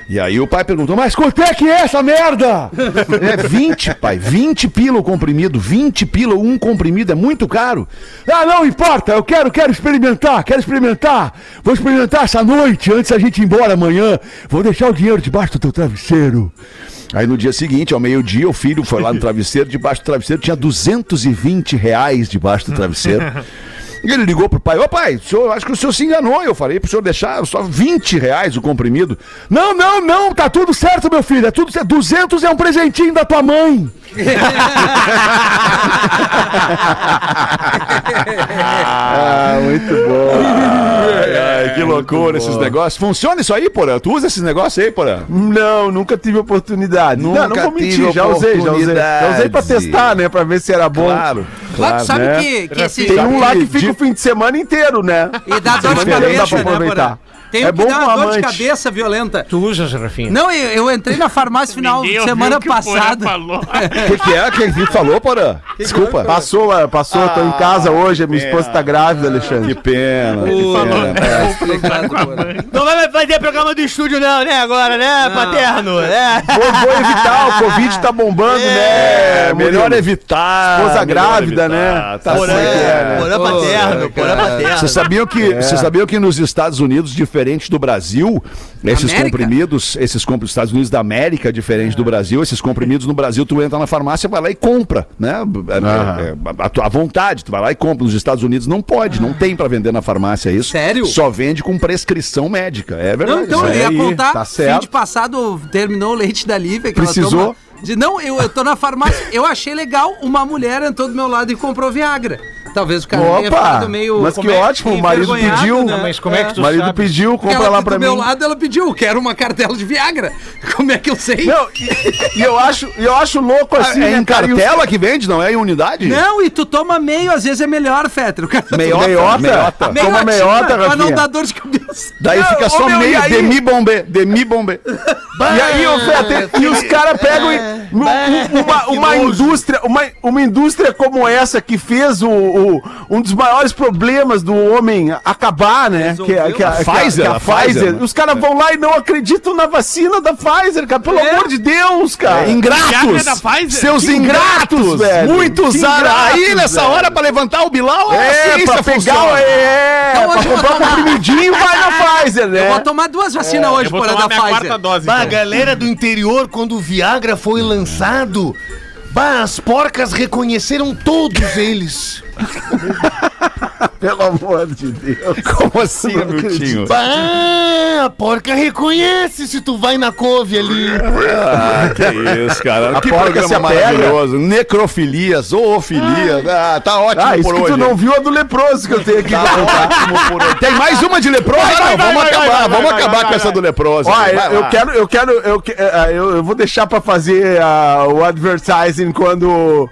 E aí o pai perguntou: Mas quanto é que é essa merda? é 20, pai, 20 pila o comprimido, 20 pila um comprimido, é muito caro. Ah, não importa, eu quero, quero experimentar, quero experimentar. Vou experimentar essa noite, antes da gente ir embora amanhã. Vou deixar o dinheiro debaixo do teu travesseiro. Aí no dia seguinte, ao meio-dia, o filho foi lá no travesseiro, debaixo do travesseiro tinha 220 reais debaixo do travesseiro. E ele ligou pro pai, ô pai, o senhor, acho que o senhor se enganou, eu falei pro senhor deixar só 20 reais o comprimido. Não, não, não, tá tudo certo, meu filho, é tudo certo, 200 é um presentinho da tua mãe.
Ah, muito É,
Ai,
bom.
ai, que loucura esses negócios. Funciona isso aí, Porã? Tu usa esses negócios aí, Porã?
Não, nunca tive oportunidade. não, não
Nunca
vou mentir,
tive
já usei, já usei. Já usei pra
oportunidade.
testar, né? Pra ver se era bom.
Claro, tu sabe
né?
que, que esse.
Tem um lá que
De-
fica o fim de semana inteiro, né?
E dá dor de
Semana inteira dá pra
cabeça, né,
aproveitar.
Porã? Tem um
É
que
bom
dá
com
uma dor de
amante.
cabeça violenta.
Tu usa, Rafinha?
Não, eu, eu entrei na farmácia final de semana passada.
O que, que é? O que que falou, Porã? Desculpa.
Passou, ah, passou, tô em casa hoje, a minha esposa tá grávida, Alexandre.
pena.
é. Não vai fazer programa do estúdio, não, né? Agora, né, paterno? É.
Vou, vou evitar, o Covid tá bombando, né?
É, melhor
Murilo?
evitar.
Esposa
melhor
grávida,
evitar,
né? É.
Tá
Porã,
certo.
é,
Porã paterno, porã paterno.
Vocês sabiam que, vocês sabiam que nos Estados Unidos, diferente do Brasil, esses
América?
comprimidos, esses comprimidos, Estados Unidos da América, diferente do Brasil, esses comprimidos no Brasil, tu entra na farmácia, vai lá e compra, né? É, é, a, tua- à vontade, tu vai lá e compra. Nos Estados Unidos não pode, não tem pra vender na farmácia isso.
Sério?
Só vende com prescrição médica. É verdade.
Não, então
isso
eu
aí.
ia
aí,
contar.
tá
fim
certo.
de passado terminou o leite da Lívia. Que Ela
Precisou?
toma, de, não, eu, eu tô na farmácia. eu achei legal. Uma mulher entrou do meu lado e comprou Viagra. Talvez o cara tenha
Opa!
ficado meio.
Mas que
como é-
ótimo, o marido
envergonhado,
pediu.
né?
Mas como é que tu
O marido
sabe?
pediu, compra
Ela
lá
que
pra
do
mim.
meu lado, ela pediu, quero uma cartela de Viagra. Como é que eu sei?
Não, e, e eu acho, e eu acho louco
Ah,
assim,
é em
né, cara? E os-
cartela que vende, não é em unidade?
Não, e tu toma meio, às vezes é melhor, Fetter. O cara
Meiota,
Meiota?
meiota.
Toma meiota,
Pra não
Rafinha.
dar dor de cabeça.
Daí
Não,
fica
ô,
só
meu, e
meio
aí?
demi bombê, demi bombê.
E aí, ô, Fetter, e os caras pegam e- um- um- uma, uma indústria, uma, uma indústria como essa que fez o, o- um dos maiores problemas do homem acabar, né? Que, é- que é-
A
que é-
Pfizer,
que é
a
a
Pfizer,
Pfizer.
né?
Os caras vão lá e não acreditam na vacina da Pfizer, cara. Pelo amor de Deus, cara.
Ingratos!
Viagra da Pfizer?
Seus
Que
ingratos!
ingratos, velho.
Muito
Que
usaram aí
ingratos,
nessa
velho.
hora pra levantar o Bilal,
É, pra pegar, o- é,
Então,
pra
hoje eu
comprar
vou
um
tomar-
comprimidinho, vai na Pfizer,
Eu vou
né?
tomar duas vacinas hoje,
É, Eu vou
por
tomar
da
minha quarta
Pfizer.
dose.
Bah, a
então.
galera do interior, quando o Viagra foi lançado, bah, as porcas reconheceram todos eles.
Pelo amor de Deus.
Como assim, Miltinho?
Bah, Ah, a porca reconhece se tu vai na couve ali.
Ah, que isso, cara.
A
que
porca
programa
se apega.
maravilhoso. Necrofilia, zoofilia. Ah, tá ótimo
Ah, isso
por
que
hoje.
tu não viu a do leproso que eu tenho aqui.
Tá ótimo por hoje. Tem mais uma de leprosa? não, vamos acabar. vamos acabar com essa do leprosa.
Ó,
Vai
eu,
lá.
eu quero, eu quero, eu, que- eh, eu, eu vou deixar pra fazer ah, o advertising quando,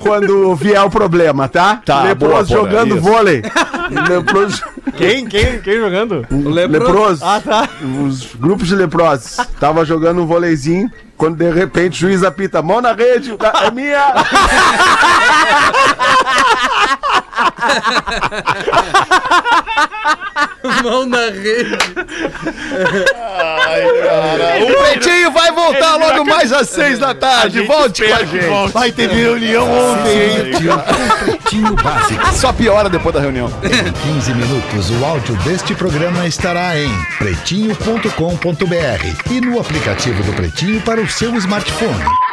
quando vier o problema, tá?
Tá,
leproso
boa, boa,
jogando
isso.
vôlei. leproso,
Quem, quem, quem jogando?
leproso.
Ah, tá.
Os grupos de leprosos. Tava jogando um vôleizinho, quando de repente o juiz apita, mão na rede, o cara- é minha.
Mão na rede.
O Pretinho vai voltar logo mais às seis da tarde. Volte com a gente.
Vai ter reunião ontem. hein?
Pretinho Básico.
Só piora depois da reunião.
Em 15 minutos, o áudio deste programa estará em pretinho.com.br e no aplicativo do Pretinho para o seu smartphone.